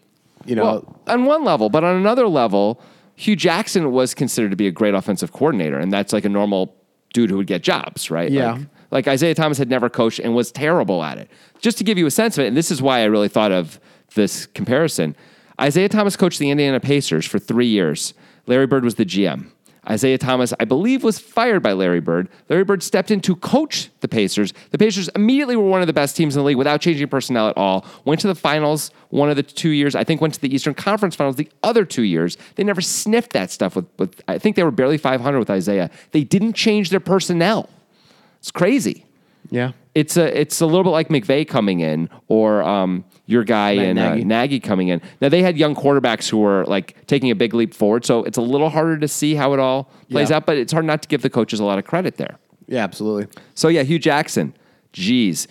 S2: You know,
S1: Well, on one level, but on another level, Hugh Jackson was considered to be a great offensive coordinator, and that's like a normal dude who would get jobs, right?
S2: Yeah.
S1: Like, like Isaiah Thomas had never coached and was terrible at it. Just to give you a sense of it, and this is why I really thought of this comparison. Isaiah Thomas coached the Indiana Pacers for three years. Larry Bird was the GM. Isaiah Thomas, I believe, was fired by Larry Bird. Larry Bird stepped in to coach the Pacers. The Pacers immediately were one of the best teams in the league without changing personnel at all. Went to the finals one of the two years. I think went to the Eastern Conference Finals the other two years. They never sniffed that stuff with, with I think they were barely 500 with Isaiah. They didn't change their personnel. It's crazy.
S2: yeah.
S1: It's a it's a little bit like McVay coming in or um, your guy and Nagy.
S2: Nagy.
S1: Uh, Nagy coming in. Now they had young quarterbacks who were like taking a big leap forward, so it's a little harder to see how it all plays
S2: Yeah.
S1: out. But it's hard not to give the coaches a lot of credit there.
S2: Yeah, absolutely.
S1: So yeah, Hugh Jackson. Jeez,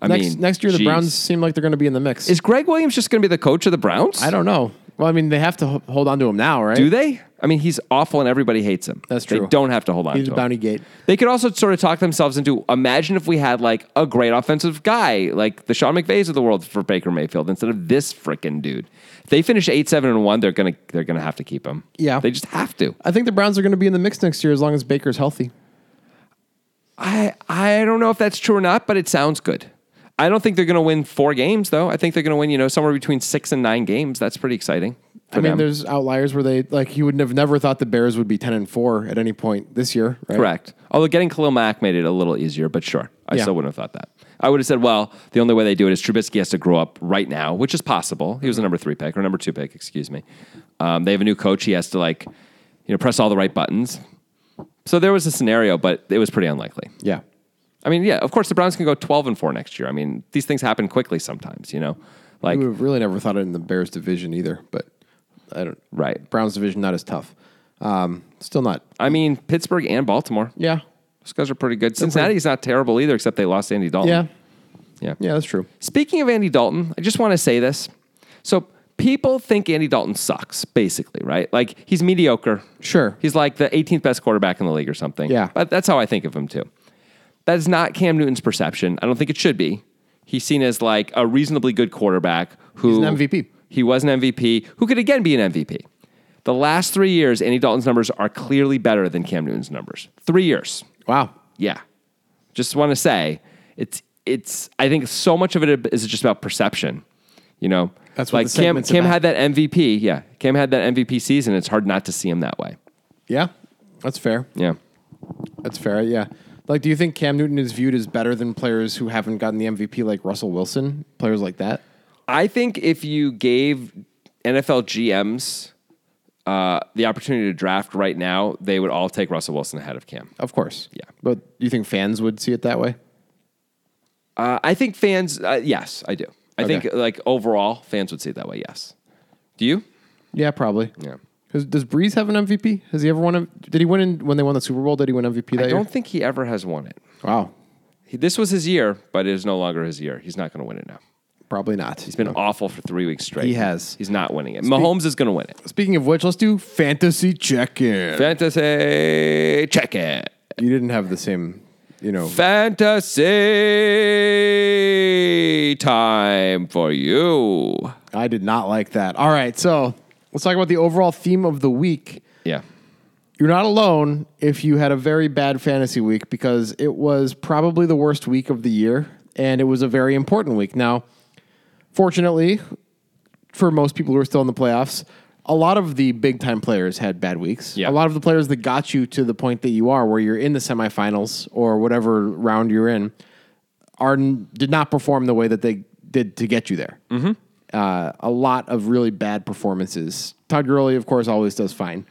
S1: I
S2: Next
S1: mean,
S2: next year, the
S1: jeez.
S2: Browns seem like they're going to be in the mix.
S1: is Greg Williams just going to be the coach of the Browns?
S2: I don't know. Well, I mean, they have to h- hold on to him now, right?
S1: Do they? I mean, he's awful and everybody hates him.
S2: That's
S1: They
S2: true.
S1: don't have to hold on
S2: He's
S1: to him.
S2: Bounty Gate.
S1: They could also sort of talk themselves into imagine if we had like a great offensive guy, like the Sean McVays of the world for Baker Mayfield instead of this freaking dude. If they finish eight, seven, and one, they're gonna they're gonna have to keep him.
S2: Yeah.
S1: They just have to.
S2: I think the Browns are going to be in the mix next year as long as Baker's healthy.
S1: I I don't know if that's true or not, but it sounds good. I don't think they're gonna win four games though. I think they're gonna win, you know, somewhere between six and nine games. That's pretty exciting.
S2: I mean, there's outliers where they like you would have never thought the Bears would be ten and four at any point this year, right?
S1: Correct. Although getting Khalil Mack made it a little easier, but sure, I
S2: Yeah.
S1: still wouldn't have thought that. I would have said, well, the only way they do it is Trubisky has to grow up right now, which is possible. He was a number three pick or number two pick, excuse me. Um, they have a new coach. He has to like, you know, press all the right buttons. So there was a scenario, but it was pretty unlikely.
S2: Yeah.
S1: I mean, yeah, of course the Browns can go twelve and four next year. I mean, these things happen quickly sometimes, you know. Like
S2: We would have really never thought it in the Bears division either, but I don't.
S1: right.
S2: Browns division not as tough. Um, still not.
S1: I mean, Pittsburgh and Baltimore.
S2: Yeah.
S1: Those guys are pretty good. Cincinnati's not terrible either, except they lost Andy Dalton.
S2: Yeah.
S1: Um, Yeah.
S2: Yeah, that's true.
S1: Speaking of Andy Dalton, I just want to say this. So people think Andy Dalton sucks, basically, right? Like he's mediocre.
S2: Sure.
S1: He's like the 18th best quarterback in the league or something.
S2: Yeah.
S1: But that's how I think of him too. That is not Cam Newton's perception. I don't think it should be. He's seen as like a reasonably good quarterback who
S2: He's an MVP.
S1: He was an MVP who could again be an MVP. The last three years, Andy Dalton's numbers are clearly better than Cam Newton's numbers. Three years.
S2: Wow.
S1: Yeah. Just want to say it's it's I think so much of it is just about perception. You know,
S2: That's what
S1: like
S2: the
S1: Cam
S2: segment's
S1: Cam
S2: about.
S1: had that MVP. Yeah. Cam had that MVP season. It's hard not to see him that way.
S2: Yeah, that's fair.
S1: Yeah.
S2: That's fair. Yeah. Like, do you think Cam Newton is viewed as better than players who haven't gotten the MVP, like Russell Wilson, players like that?
S1: I think if you gave NFL GMs uh, the opportunity to draft right now, they would all take Russell Wilson ahead of Cam.
S2: Of course.
S1: Yeah.
S2: But do you think fans would see it that way?
S1: Uh, I think fans, uh, yes, I do. I
S2: Okay.
S1: think like overall, fans would see it that way. Yes. Do you?
S2: Yeah, probably.
S1: Yeah.
S2: 'Cause does Breeze have an MVP? Has he ever won? A, did he win in, when they won the Super Bowl? Did he win MVP that
S1: I
S2: year?
S1: don't think he ever has won it.
S2: Wow,
S1: He, this was his year, but it is no longer his year. He's not going to win it now.
S2: probably not.
S1: He's been awful for three weeks straight.
S2: He has.
S1: He's not winning it. Mahomes is going to win it.
S2: Speaking of which, let's do fantasy check-in.
S1: Fantasy check it.
S2: you didn't have the same you know.
S1: Fantasy time for you.
S2: I did not like that. All right, so let's talk about the overall theme of the week.
S1: Yeah.
S2: You're not alone if you had a very bad fantasy week because it was probably the worst week of the year and it was a very important week. Now, fortunately, for most people who are still in the playoffs, a lot of the big time players had bad weeks.
S1: Yeah.
S2: A lot of the players that got you to the point that you are, where you're in the semifinals or whatever round you're in, are n- did not perform the way that they did to get you there. Mm-hmm. Uh, a lot of really bad performances. Todd Gurley, of course, always does fine,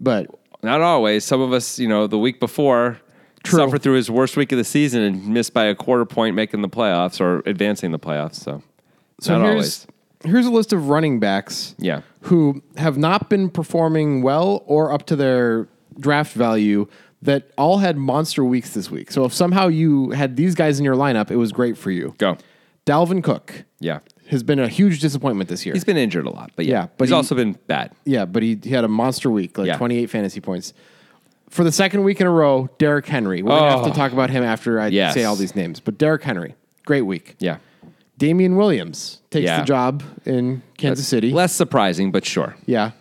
S2: but
S1: Not always. Some of us, you know, the week before suffered through his worst week of the season and missed by a quarter point making the playoffs or advancing the playoffs. So,
S2: so
S1: not
S2: here's
S1: always.
S2: here's a list of running backs.
S1: Yeah.
S2: who have not been performing well or up to their draft value that all had monster weeks this week. So if somehow you had these guys in your lineup, it was great for you.
S1: Go.
S2: Dalvin Cook
S1: Yeah.
S2: has been a huge disappointment this year.
S1: He's been injured a lot, but yeah.
S2: Yeah, but
S1: he's
S2: he-
S1: also been bad.
S2: yeah, but he, he had a monster week, like
S1: Yeah.
S2: 28 fantasy points. For the second week in a row, Derrick Henry. We're going to have
S1: Oh.
S2: to talk about him after I
S1: Yes.
S2: say all these names. But Derrick Henry, great week.
S1: Yeah.
S2: Damian Williams takes
S1: Yeah.
S2: the job in Kansas City.
S1: Less surprising, but sure.
S2: Yeah.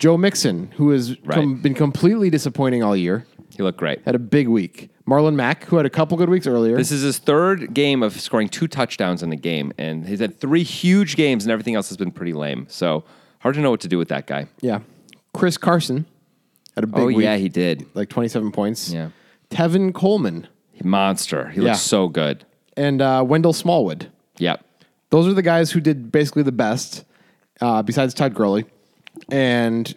S2: Joe Mixon, who has com-
S1: Right.
S2: been completely disappointing all year,
S1: He looked great.
S2: had a big week. Marlon Mack, who had a couple good weeks earlier.
S1: This is his third game of scoring two touchdowns in the game, and he's had three huge games, and everything else has been pretty lame. So hard to know what to do with that guy.
S2: yeah. Chris Carson had a big
S1: oh
S2: week,
S1: yeah, he did.
S2: like 27 points.
S1: Yeah.
S2: Tevin Coleman
S1: Monster. He
S2: Yeah.
S1: looks so good.
S2: and uh, Wendell Smallwood.
S1: Yep.
S2: Those are the guys who did basically the best, uh, besides Todd Gurley. And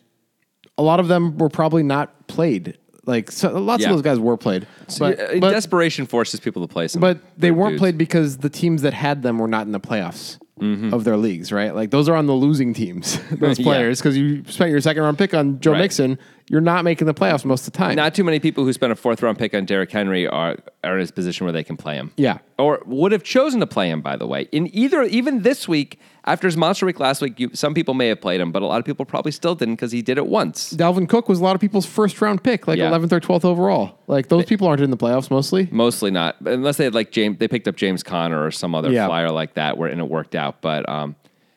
S2: a lot of them were probably not played. Like so, lots
S1: Yeah.
S2: of those guys were played. But,
S1: Uh,
S2: but-
S1: Desperation forces people to play some.
S2: But they
S1: good
S2: weren't
S1: dudes.
S2: played because the teams that had them were not in the playoffs of their leagues, right? Like those are on the losing teams, (laughs) those
S1: Mm-hmm. Yeah.
S2: players, because you spent your second round pick on Joe
S1: Right.
S2: Mixon. You're not making the playoffs most of the time.
S1: Not too many people who spent a fourth round pick on Derrick Henry are, are in a position where they can play him.
S2: Yeah.
S1: Or would have chosen to play him, by the way. In either, even this week, after his monster week last week, you, some people may have played him, but a lot of people probably still didn't because he did it once.
S2: Dalvin Cook was a lot of people's first round pick, like
S1: Yeah.
S2: 11th or 12th overall. Like those people aren't in the playoffs mostly.
S1: Mostly not, unless they had like James. They picked up James Conner or some other
S2: Yeah.
S1: flyer like that, where and it worked out. But um,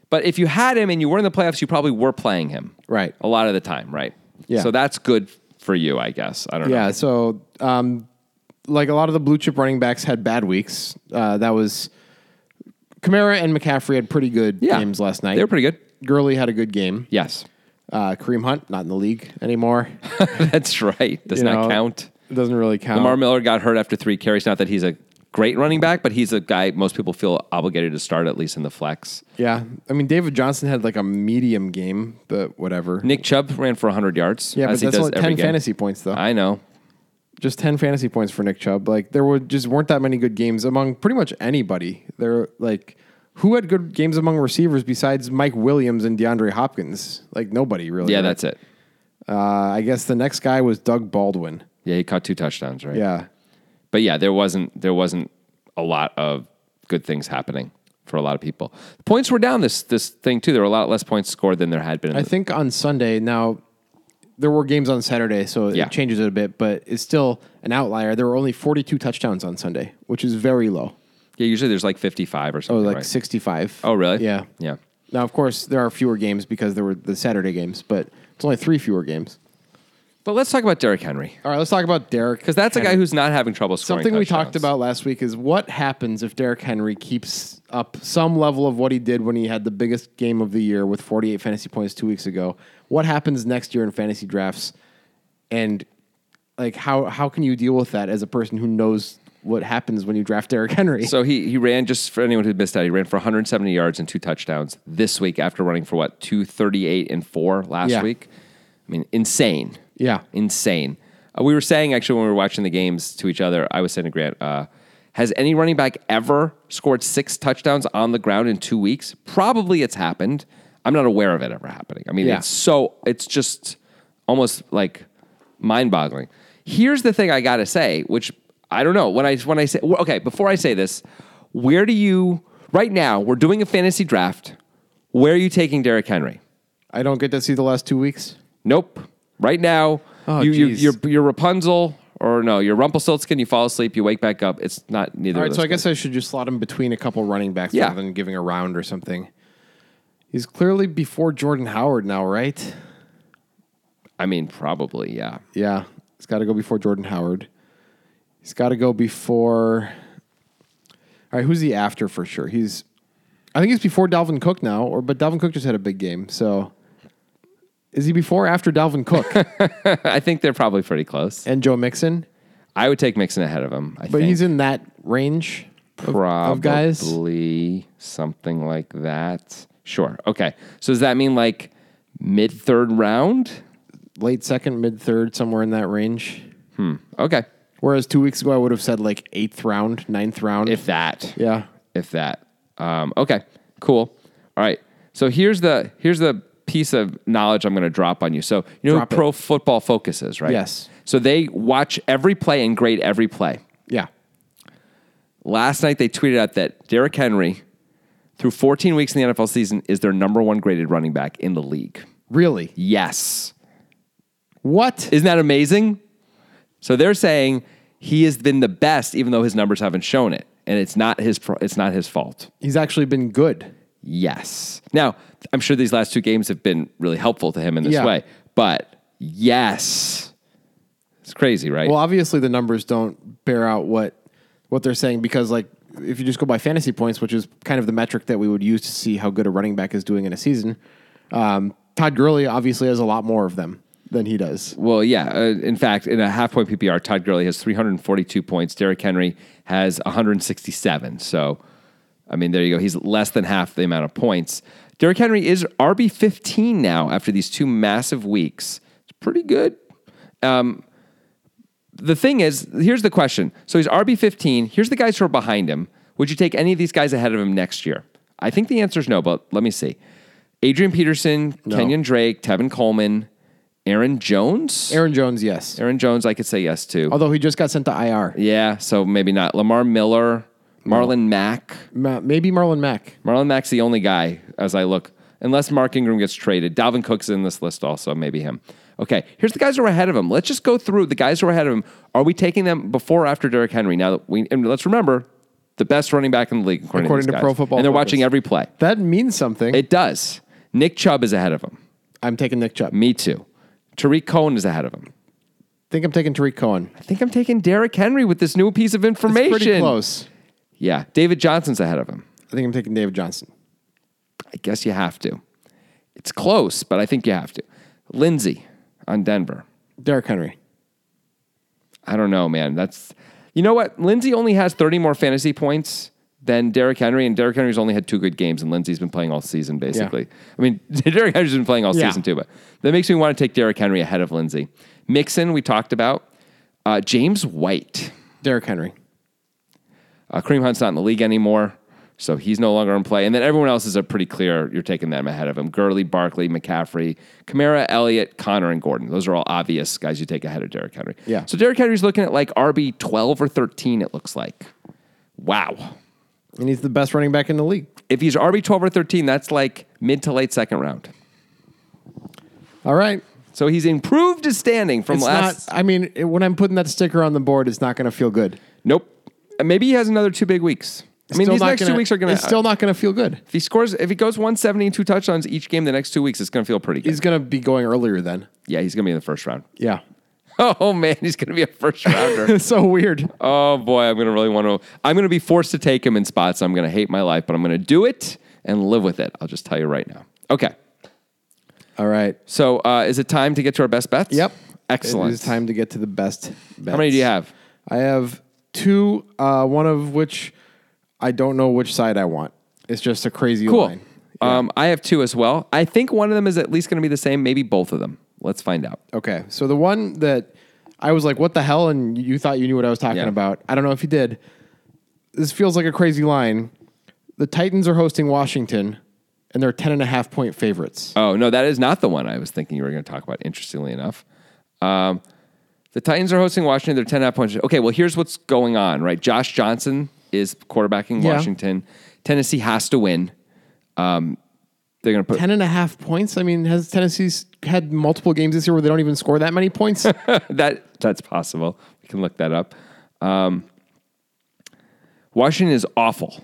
S1: but if you had him and you were in the playoffs, you probably were playing him,
S2: Right.
S1: A lot of the time, right?
S2: Yeah.
S1: So that's good for you, I guess. I don't
S2: Yeah.
S1: know.
S2: So, um, like a lot of the blue chip running backs had bad weeks. Uh, that was Kamara and McCaffrey had pretty good games last night.
S1: They were pretty good.
S2: Gurley had a good game.
S1: Yes, (laughs)
S2: Uh, Kareem Hunt not in the league anymore.
S1: that's right. Does
S2: You
S1: not
S2: know,
S1: count.
S2: It doesn't really count.
S1: Lamar Miller got hurt after three carries. Not that he's a great running back, but he's a guy most people feel obligated to start at least in the flex.
S2: yeah, I mean David Johnson had like a medium game, but whatever.
S1: Nick Chubb ran for 100 yards.
S2: yeah, but
S1: as he
S2: that's
S1: does
S2: only
S1: every
S2: ten
S1: game. Uh,
S2: fantasy points though.
S1: I know.
S2: just ten fantasy points for Nick Chubb. Like there were just weren't that many good games among pretty much anybody. There like who had good games among receivers besides Mike Williams and DeAndre Hopkins? Like nobody really.
S1: Yeah, that's it.
S2: Uh, I guess the next guy was Doug Baldwin.
S1: Yeah, he caught two touchdowns, right?
S2: Yeah.
S1: but yeah, there wasn't there wasn't a lot of good things happening for a lot of people. Points were down this this thing too. There were a lot less points scored than there had been. In
S2: I
S1: the,
S2: think on Sunday now there were games on Saturday, so
S1: Yeah.
S2: it changes it a bit, but it's still an outlier. There were only 42 touchdowns on Sunday, which is very low.
S1: yeah, usually there's like 55 or
S2: It
S1: something.
S2: was Oh, like
S1: right?
S2: 65.
S1: Oh, really?
S2: Yeah.
S1: yeah.
S2: Now, of course, there are fewer games because there were the Saturday games, but it's only three fewer games.
S1: But let's talk about Derrick Henry
S2: All right, let's talk about Derek
S1: because that's a guy who's not having trouble scoring.
S2: Something we
S1: touchdowns.
S2: talked about last week is what happens if Derrick Henry keeps up some level of what he did when he had the biggest game of the year with 48 fantasy points two weeks ago. What happens next year in fantasy drafts, and like how how can you deal with that as a person who knows what happens when you draft Derrick Henry?
S1: So he he ran just for anyone who missed out. He ran for 170 yards and two touchdowns this week after running for what 238 and four last
S2: Yeah.
S1: week. I mean, insane.
S2: Yeah.
S1: insane. Uh, we were saying actually when we were watching the games to each other, I was saying to Grant, uh, has any running back ever scored six touchdowns on the ground in two weeks? Probably it's happened. I'm not aware of it ever happening. I mean,
S2: Yeah.
S1: it's so it's just almost like mind-boggling. Here's the thing I gotta say, which I don't know when I when I say well, okay before I say this, where do you right now? We're doing a fantasy draft. Where are you taking Derrick Henry?
S2: I don't get to see the last two weeks.
S1: Nope. Right now,
S2: Oh,
S1: you, you,
S2: geez.
S1: you're, you're Rapunzel or no, you're Rumpelstiltskin, you fall asleep, you wake back up. It's not neither of
S2: All right,
S1: those.
S2: so I guess I should just slot him between a couple running backs
S1: Yeah.
S2: rather than giving a round or something. He's clearly before Jordan Howard now, right?
S1: I mean, probably, yeah. (laughs)
S2: Yeah, he's got to go before Jordan Howard. He's got to go before. All right, who's he after for sure? He's, I think he's before Dalvin Cook now, or but Dalvin Cook just had a big game, so is he before or after Dalvin Cook
S1: I think they're probably pretty close.
S2: and Joe Mixon?
S1: I would take Mixon ahead of him. I
S2: But
S1: think.
S2: he's in that range of,
S1: probably
S2: of guys.
S1: something like that. Sure. Okay. So does that mean like mid third round?
S2: late second, mid third, somewhere in that range.
S1: Okay.
S2: Whereas two weeks ago, I would have said like eighth round, ninth round.
S1: If that.
S2: yeah,
S1: If that. Um, okay. Cool. All right. So here's the here's the piece of knowledge I'm going to drop on you. So you know
S2: Drop it.
S1: who Pro Football Focus is, right?
S2: Yes.
S1: So they watch every play and grade every play.
S2: yeah,
S1: Last night they tweeted out that Derrick Henry, through 14 weeks in the NFL season, is their number one graded running back in the league.
S2: really.
S1: Yes.
S2: What?
S1: Isn't that amazing? So they're saying he has been the best, even though his numbers haven't shown it, and it's not his pro- it's not his fault.
S2: He's actually been good.
S1: Yes. Now I'm sure these last two games have been really helpful to him in this
S2: Yeah.
S1: way, but yes, it's crazy, right?
S2: Well, obviously the numbers don't bear out what what they're saying because like if you just go by fantasy points, which is kind of the metric that we would use to see how good a running back is doing in a season, um, Todd Gurley obviously has a lot more of them than he does.
S1: Well, yeah. Uh, in fact, in a half point PPR, Todd Gurley has 342 points. Derrick Henry has 167. So, I mean, there you go. He's less than half the amount of points. Derrick Henry is RB 15 now after these two massive weeks. It's pretty good. Um, the thing is, here's the question. So he's RB 15. Here's the guys who are behind him. Would you take any of these guys ahead of him next year? I think the answer is no, but let me see. Adrian Peterson, Kenyon Drake, Tevin Coleman, Aaron Jones.
S2: Aaron Oh. Jones, yes.
S1: Aaron Jones, I could say yes to.
S2: Although he just got sent to IR.
S1: Yeah, so maybe not. Lamar Miller, Marlon Mack.
S2: Ma- maybe Marlon Mack.
S1: Marlon Mack's the only guy as I look, unless Mark Ingram gets traded. Dalvin Cook's in this list also, maybe him. Okay, here's the guys who are ahead of him. Let's just go through the guys who are ahead of him. Are we taking them before or after Derrick Henry? Now, that we, and let's remember the best running back in the league, according, to,
S2: According
S1: these
S2: to
S1: guys.
S2: Pro Football
S1: And they're
S2: Focus.
S1: watching every play.
S2: That means something.
S1: It does. Nick Chubb is ahead of him.
S2: I'm taking Nick Chubb. I
S1: Me too. Tariq Cohen is ahead of him.
S2: think I'm taking Tariq Cohen.
S1: I think I'm taking Derrick Henry with this new piece of information.
S2: Pretty close.
S1: Yeah, David Johnson's ahead of him.
S2: I think I'm taking David Johnson.
S1: I guess you have to. It's close, but I think you have to. Lindsey on Denver.
S2: Derrick Henry.
S1: I don't know, man. That's you know what? Lindsey only has 30 more fantasy points than Derrick Henry, and Derrick Henry's only had two good games, and Lindsey's been playing all season, basically. I mean, (laughs) Derrick Henry's been playing all
S2: Yeah.
S1: season too, but that makes me want to take Derrick Henry ahead of Lindsey. Mixon, we talked about. Uh, James White.
S2: Derrick Henry.
S1: Uh, Kareem Hunt's not in the league anymore, so he's no longer in play. And then everyone else is a pretty clear. You're taking them ahead of him: Gurley, Barkley, McCaffrey, Kamara, Elliott, Connor, and Gordon. Those are all obvious guys you take ahead of Derrick Henry.
S2: Yeah.
S1: So Derrick Henry's looking at like RB 12 or 13. It looks like. Wow.
S2: And he's the best running back in the league.
S1: If he's RB 12 or 13, that's like mid to late second round.
S2: All right.
S1: So he's improved his standing from
S2: It's
S1: last.
S2: not, I mean, it- when I'm putting that sticker on the board, it's not going to feel good.
S1: nope. And Maybe he has another two big weeks. I mean,
S2: Still
S1: these
S2: not
S1: next
S2: gonna-
S1: two weeks are going
S2: It's still not going to feel good.
S1: If he scores, if he goes 170 and two touchdowns each game the next two weeks, it's going to feel pretty good.
S2: He's going to be going earlier then.
S1: Yeah, he's gonna be in the first round. (laughs)
S2: Yeah.
S1: Oh man, he's gonna be a first rounder.
S2: (laughs) It's so weird.
S1: oh boy, I'm gonna really want to. I'm gonna be forced to take him in spots. I'm gonna hate my life, but I'm gonna do it and live with it. I'll just tell you right now. Okay,
S2: All right.
S1: so uh, is it time to get to our best bets?
S2: Yep.
S1: excellent.
S2: It is time to get to the best bets.
S1: How many do you have?
S2: I have two, uh, one of which I don't know which side I want. It's just a crazy
S1: Cool.
S2: line.
S1: Um, I have two as well. I think one of them is at least gonna be the same. Maybe both of them. Let's find out.
S2: Okay. So the one that I was like, what the hell? And you thought you knew what I was talking
S1: Yeah.
S2: about. I don't know if you did. This feels like a crazy line. The Titans are hosting Washington and they're 10 and a half point favorites.
S1: Oh no, that is not the one I was thinking you were going to talk about. Interestingly enough, um, the Titans are hosting Washington. They're ten and a half points. Okay, well here's what's going on. Right, Josh Johnson is quarterbacking
S2: Yeah.
S1: Washington. Tennessee has to win. Um, they're going to
S2: (laughs)
S1: put.
S2: 10 and a half points? I mean,
S1: (laughs)
S2: has Tennessee's had multiple games this year where they don't even score that many points?
S1: that that's possible. You can look that up. Um, Washington is awful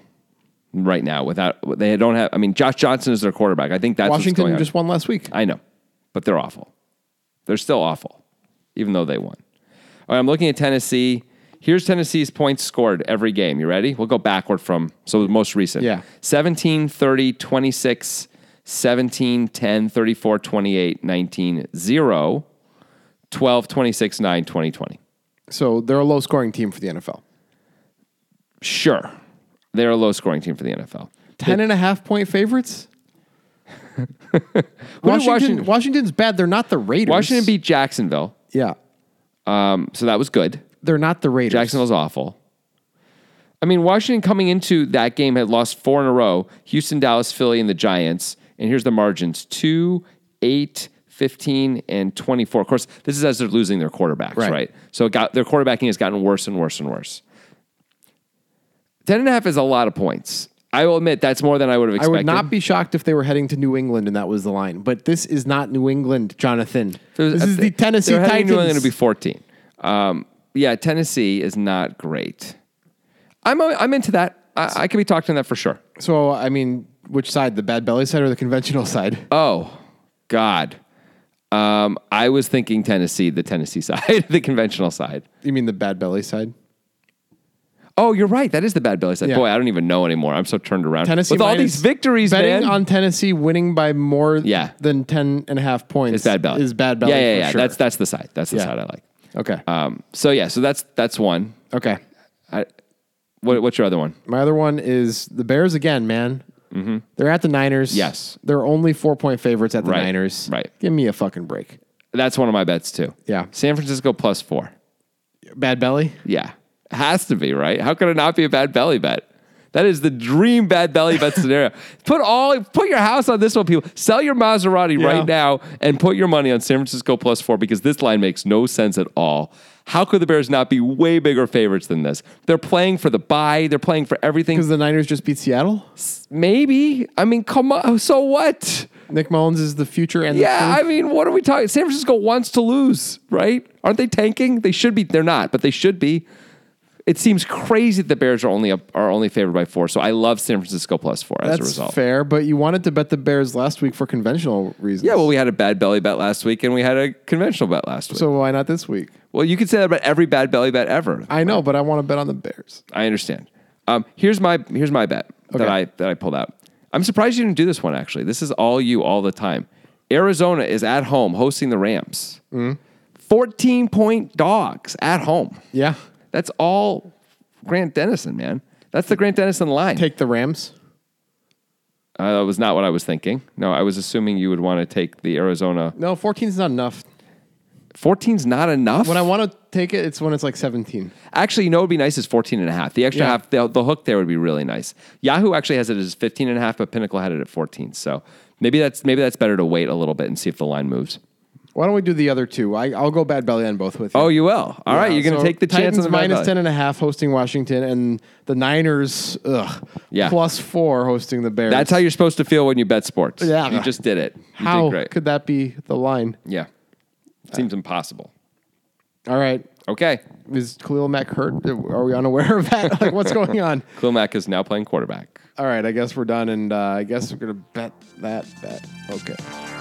S1: right now. Without they don't have. I mean, Josh Johnson is their quarterback. I think that's what's going
S2: Washington
S1: on.
S2: just won last week.
S1: I know, but they're awful. They're still awful, even though they won. All right, I'm looking at Tennessee. Here's Tennessee's points scored every game. You ready? We'll go backward from so the most recent.
S2: Yeah.
S1: 17, 30, 26, 17, 10, 34, 28, 19, 0, 12, 26, 9, 20, 20.
S2: So they're a low scoring team for the NFL.
S1: Sure. They're a low scoring team for the NFL.
S2: Ten and a half
S1: (laughs)
S2: point favorites.
S1: Who did
S2: Washington,
S1: Washington,
S2: Washington's bad. They're not the Raiders.
S1: Washington beat Jacksonville.
S2: Yeah,
S1: Um, so that was good.
S2: they're not the Raiders.
S1: Jacksonville's awful. I mean, Washington coming into that game had lost four in a row Houston, Dallas, Philly, and the Giants. And here's the margins 2, 8, 15, and 24. Of course, this is as they're losing their quarterbacks, right?
S2: Right.
S1: So it got, their quarterbacking has gotten worse and worse and worse. 10.5 is a lot of points. I will admit that's more than I would have
S2: I
S1: expected.
S2: would not be shocked if they were heading to New England and that was the line. But this is not New England, Jonathan. This is the Tennessee
S1: uh, they're heading
S2: Titans.
S1: to New England to be 14. Um, yeah, Tennessee is not great. I'm, I'm into that. I, I can be talked on that for sure.
S2: so I mean, which side, the bad belly side or the conventional side? (laughs)
S1: Oh, God. Um, I was thinking Tennessee, the Tennessee (laughs) side, the conventional side.
S2: You mean the bad belly side?
S1: Oh, you're right. That is the bad Billy side.
S2: Yeah.
S1: Boy, I don't even know anymore. I'm so turned around.
S2: Tennessee
S1: With all
S2: minus-
S1: these victories,
S2: betting
S1: man.
S2: on Tennessee winning by more
S1: Yeah.
S2: than 10 and a half points
S1: it's bad belly.
S2: is bad belly
S1: Yeah, yeah,
S2: for
S1: yeah.
S2: sure.
S1: That's that's the side. That's the
S2: Yeah.
S1: side I like.
S2: okay.
S1: Um, so yeah, so that's that's one.
S2: okay.
S1: I, what, what's your other one?
S2: My other one is the Bears again, man. Mm-hmm. They're at the Niners.
S1: Yes.
S2: They're only four point favorites at the
S1: Right.
S2: Niners.
S1: Right.
S2: Give me a fucking break.
S1: That's one of my bets too.
S2: Yeah.
S1: San Francisco plus four.
S2: Bad belly?
S1: Yeah. Has to be, right? How could it not be a bad belly bet? That is the dream bad belly bet scenario. (laughs) Put all put your house on this one, people. Sell your Maserati
S2: Yeah.
S1: right now and put your money on San Francisco plus four because this line makes no sense at all. How could the Bears not be way bigger favorites than this? They're playing for the buy, they're playing for everything.
S2: Because the Niners just beat Seattle.
S1: Maybe. I mean, come on. So what?
S2: Nick Mullins is the future and the
S1: Yeah,
S2: proof.
S1: I mean, what are we talking? San Francisco wants to lose, right? Aren't they tanking? They should be. They're not, but they should be. It seems crazy that the Bears are only up, are only favored by four. So I love San Francisco plus four as a
S2: That's
S1: result.
S2: fair, but you wanted to bet the Bears last week for conventional reasons.
S1: Yeah, well, we had a bad belly bet last week, and we had a conventional bet last week.
S2: so why not this week?
S1: well, you could say that about every bad belly bet ever.
S2: I know, but I want to bet on the Bears.
S1: I understand. Um, here's my here's my bet that
S2: Okay.
S1: I that I pulled out. I'm surprised you didn't do this one actually. This is all you all the time. Arizona is at home hosting the Rams.
S2: Mm-hmm.
S1: 14 point dogs at home.
S2: Yeah.
S1: That's all Grant Dennison, man. That's the Grant Dennison line.
S2: Take the Rams.
S1: Uh, that was not what I was thinking. No, I was assuming you would want to take the Arizona.
S2: No, 14 is not enough.
S1: 14's not enough.
S2: When I want to take it, it's when it's like 17.
S1: Actually, you know what would be nice is 14 and a half. The extra
S2: Yeah.
S1: half, the, the hook there would be really nice. Yahoo actually has it as 15 and a half, but Pinnacle had it at 14. So maybe that's maybe that's better to wait a little bit and see if the line moves.
S2: Why don't we do the other two? I, I'll go bad belly on both with you.
S1: Oh, you will. alright you're going to take the
S2: Titans
S1: chance on the
S2: minus
S1: Bad Belly.
S2: 10 and a half hosting Washington and the Niners ugh,
S1: Yeah.
S2: plus four hosting the Bears.
S1: That's how you're supposed to feel when you bet sports.
S2: Yeah.
S1: you just did it. You
S2: How
S1: did great.
S2: could that be the line?
S1: yeah, seems impossible.
S2: All right.
S1: Okay,
S2: Is Khalil Mack hurt? Are we unaware of that? (laughs) Like, what's going on?
S1: Klimak is now playing quarterback.
S2: All right. I guess we're done. And uh, I guess we're going to bet that bet. Okay.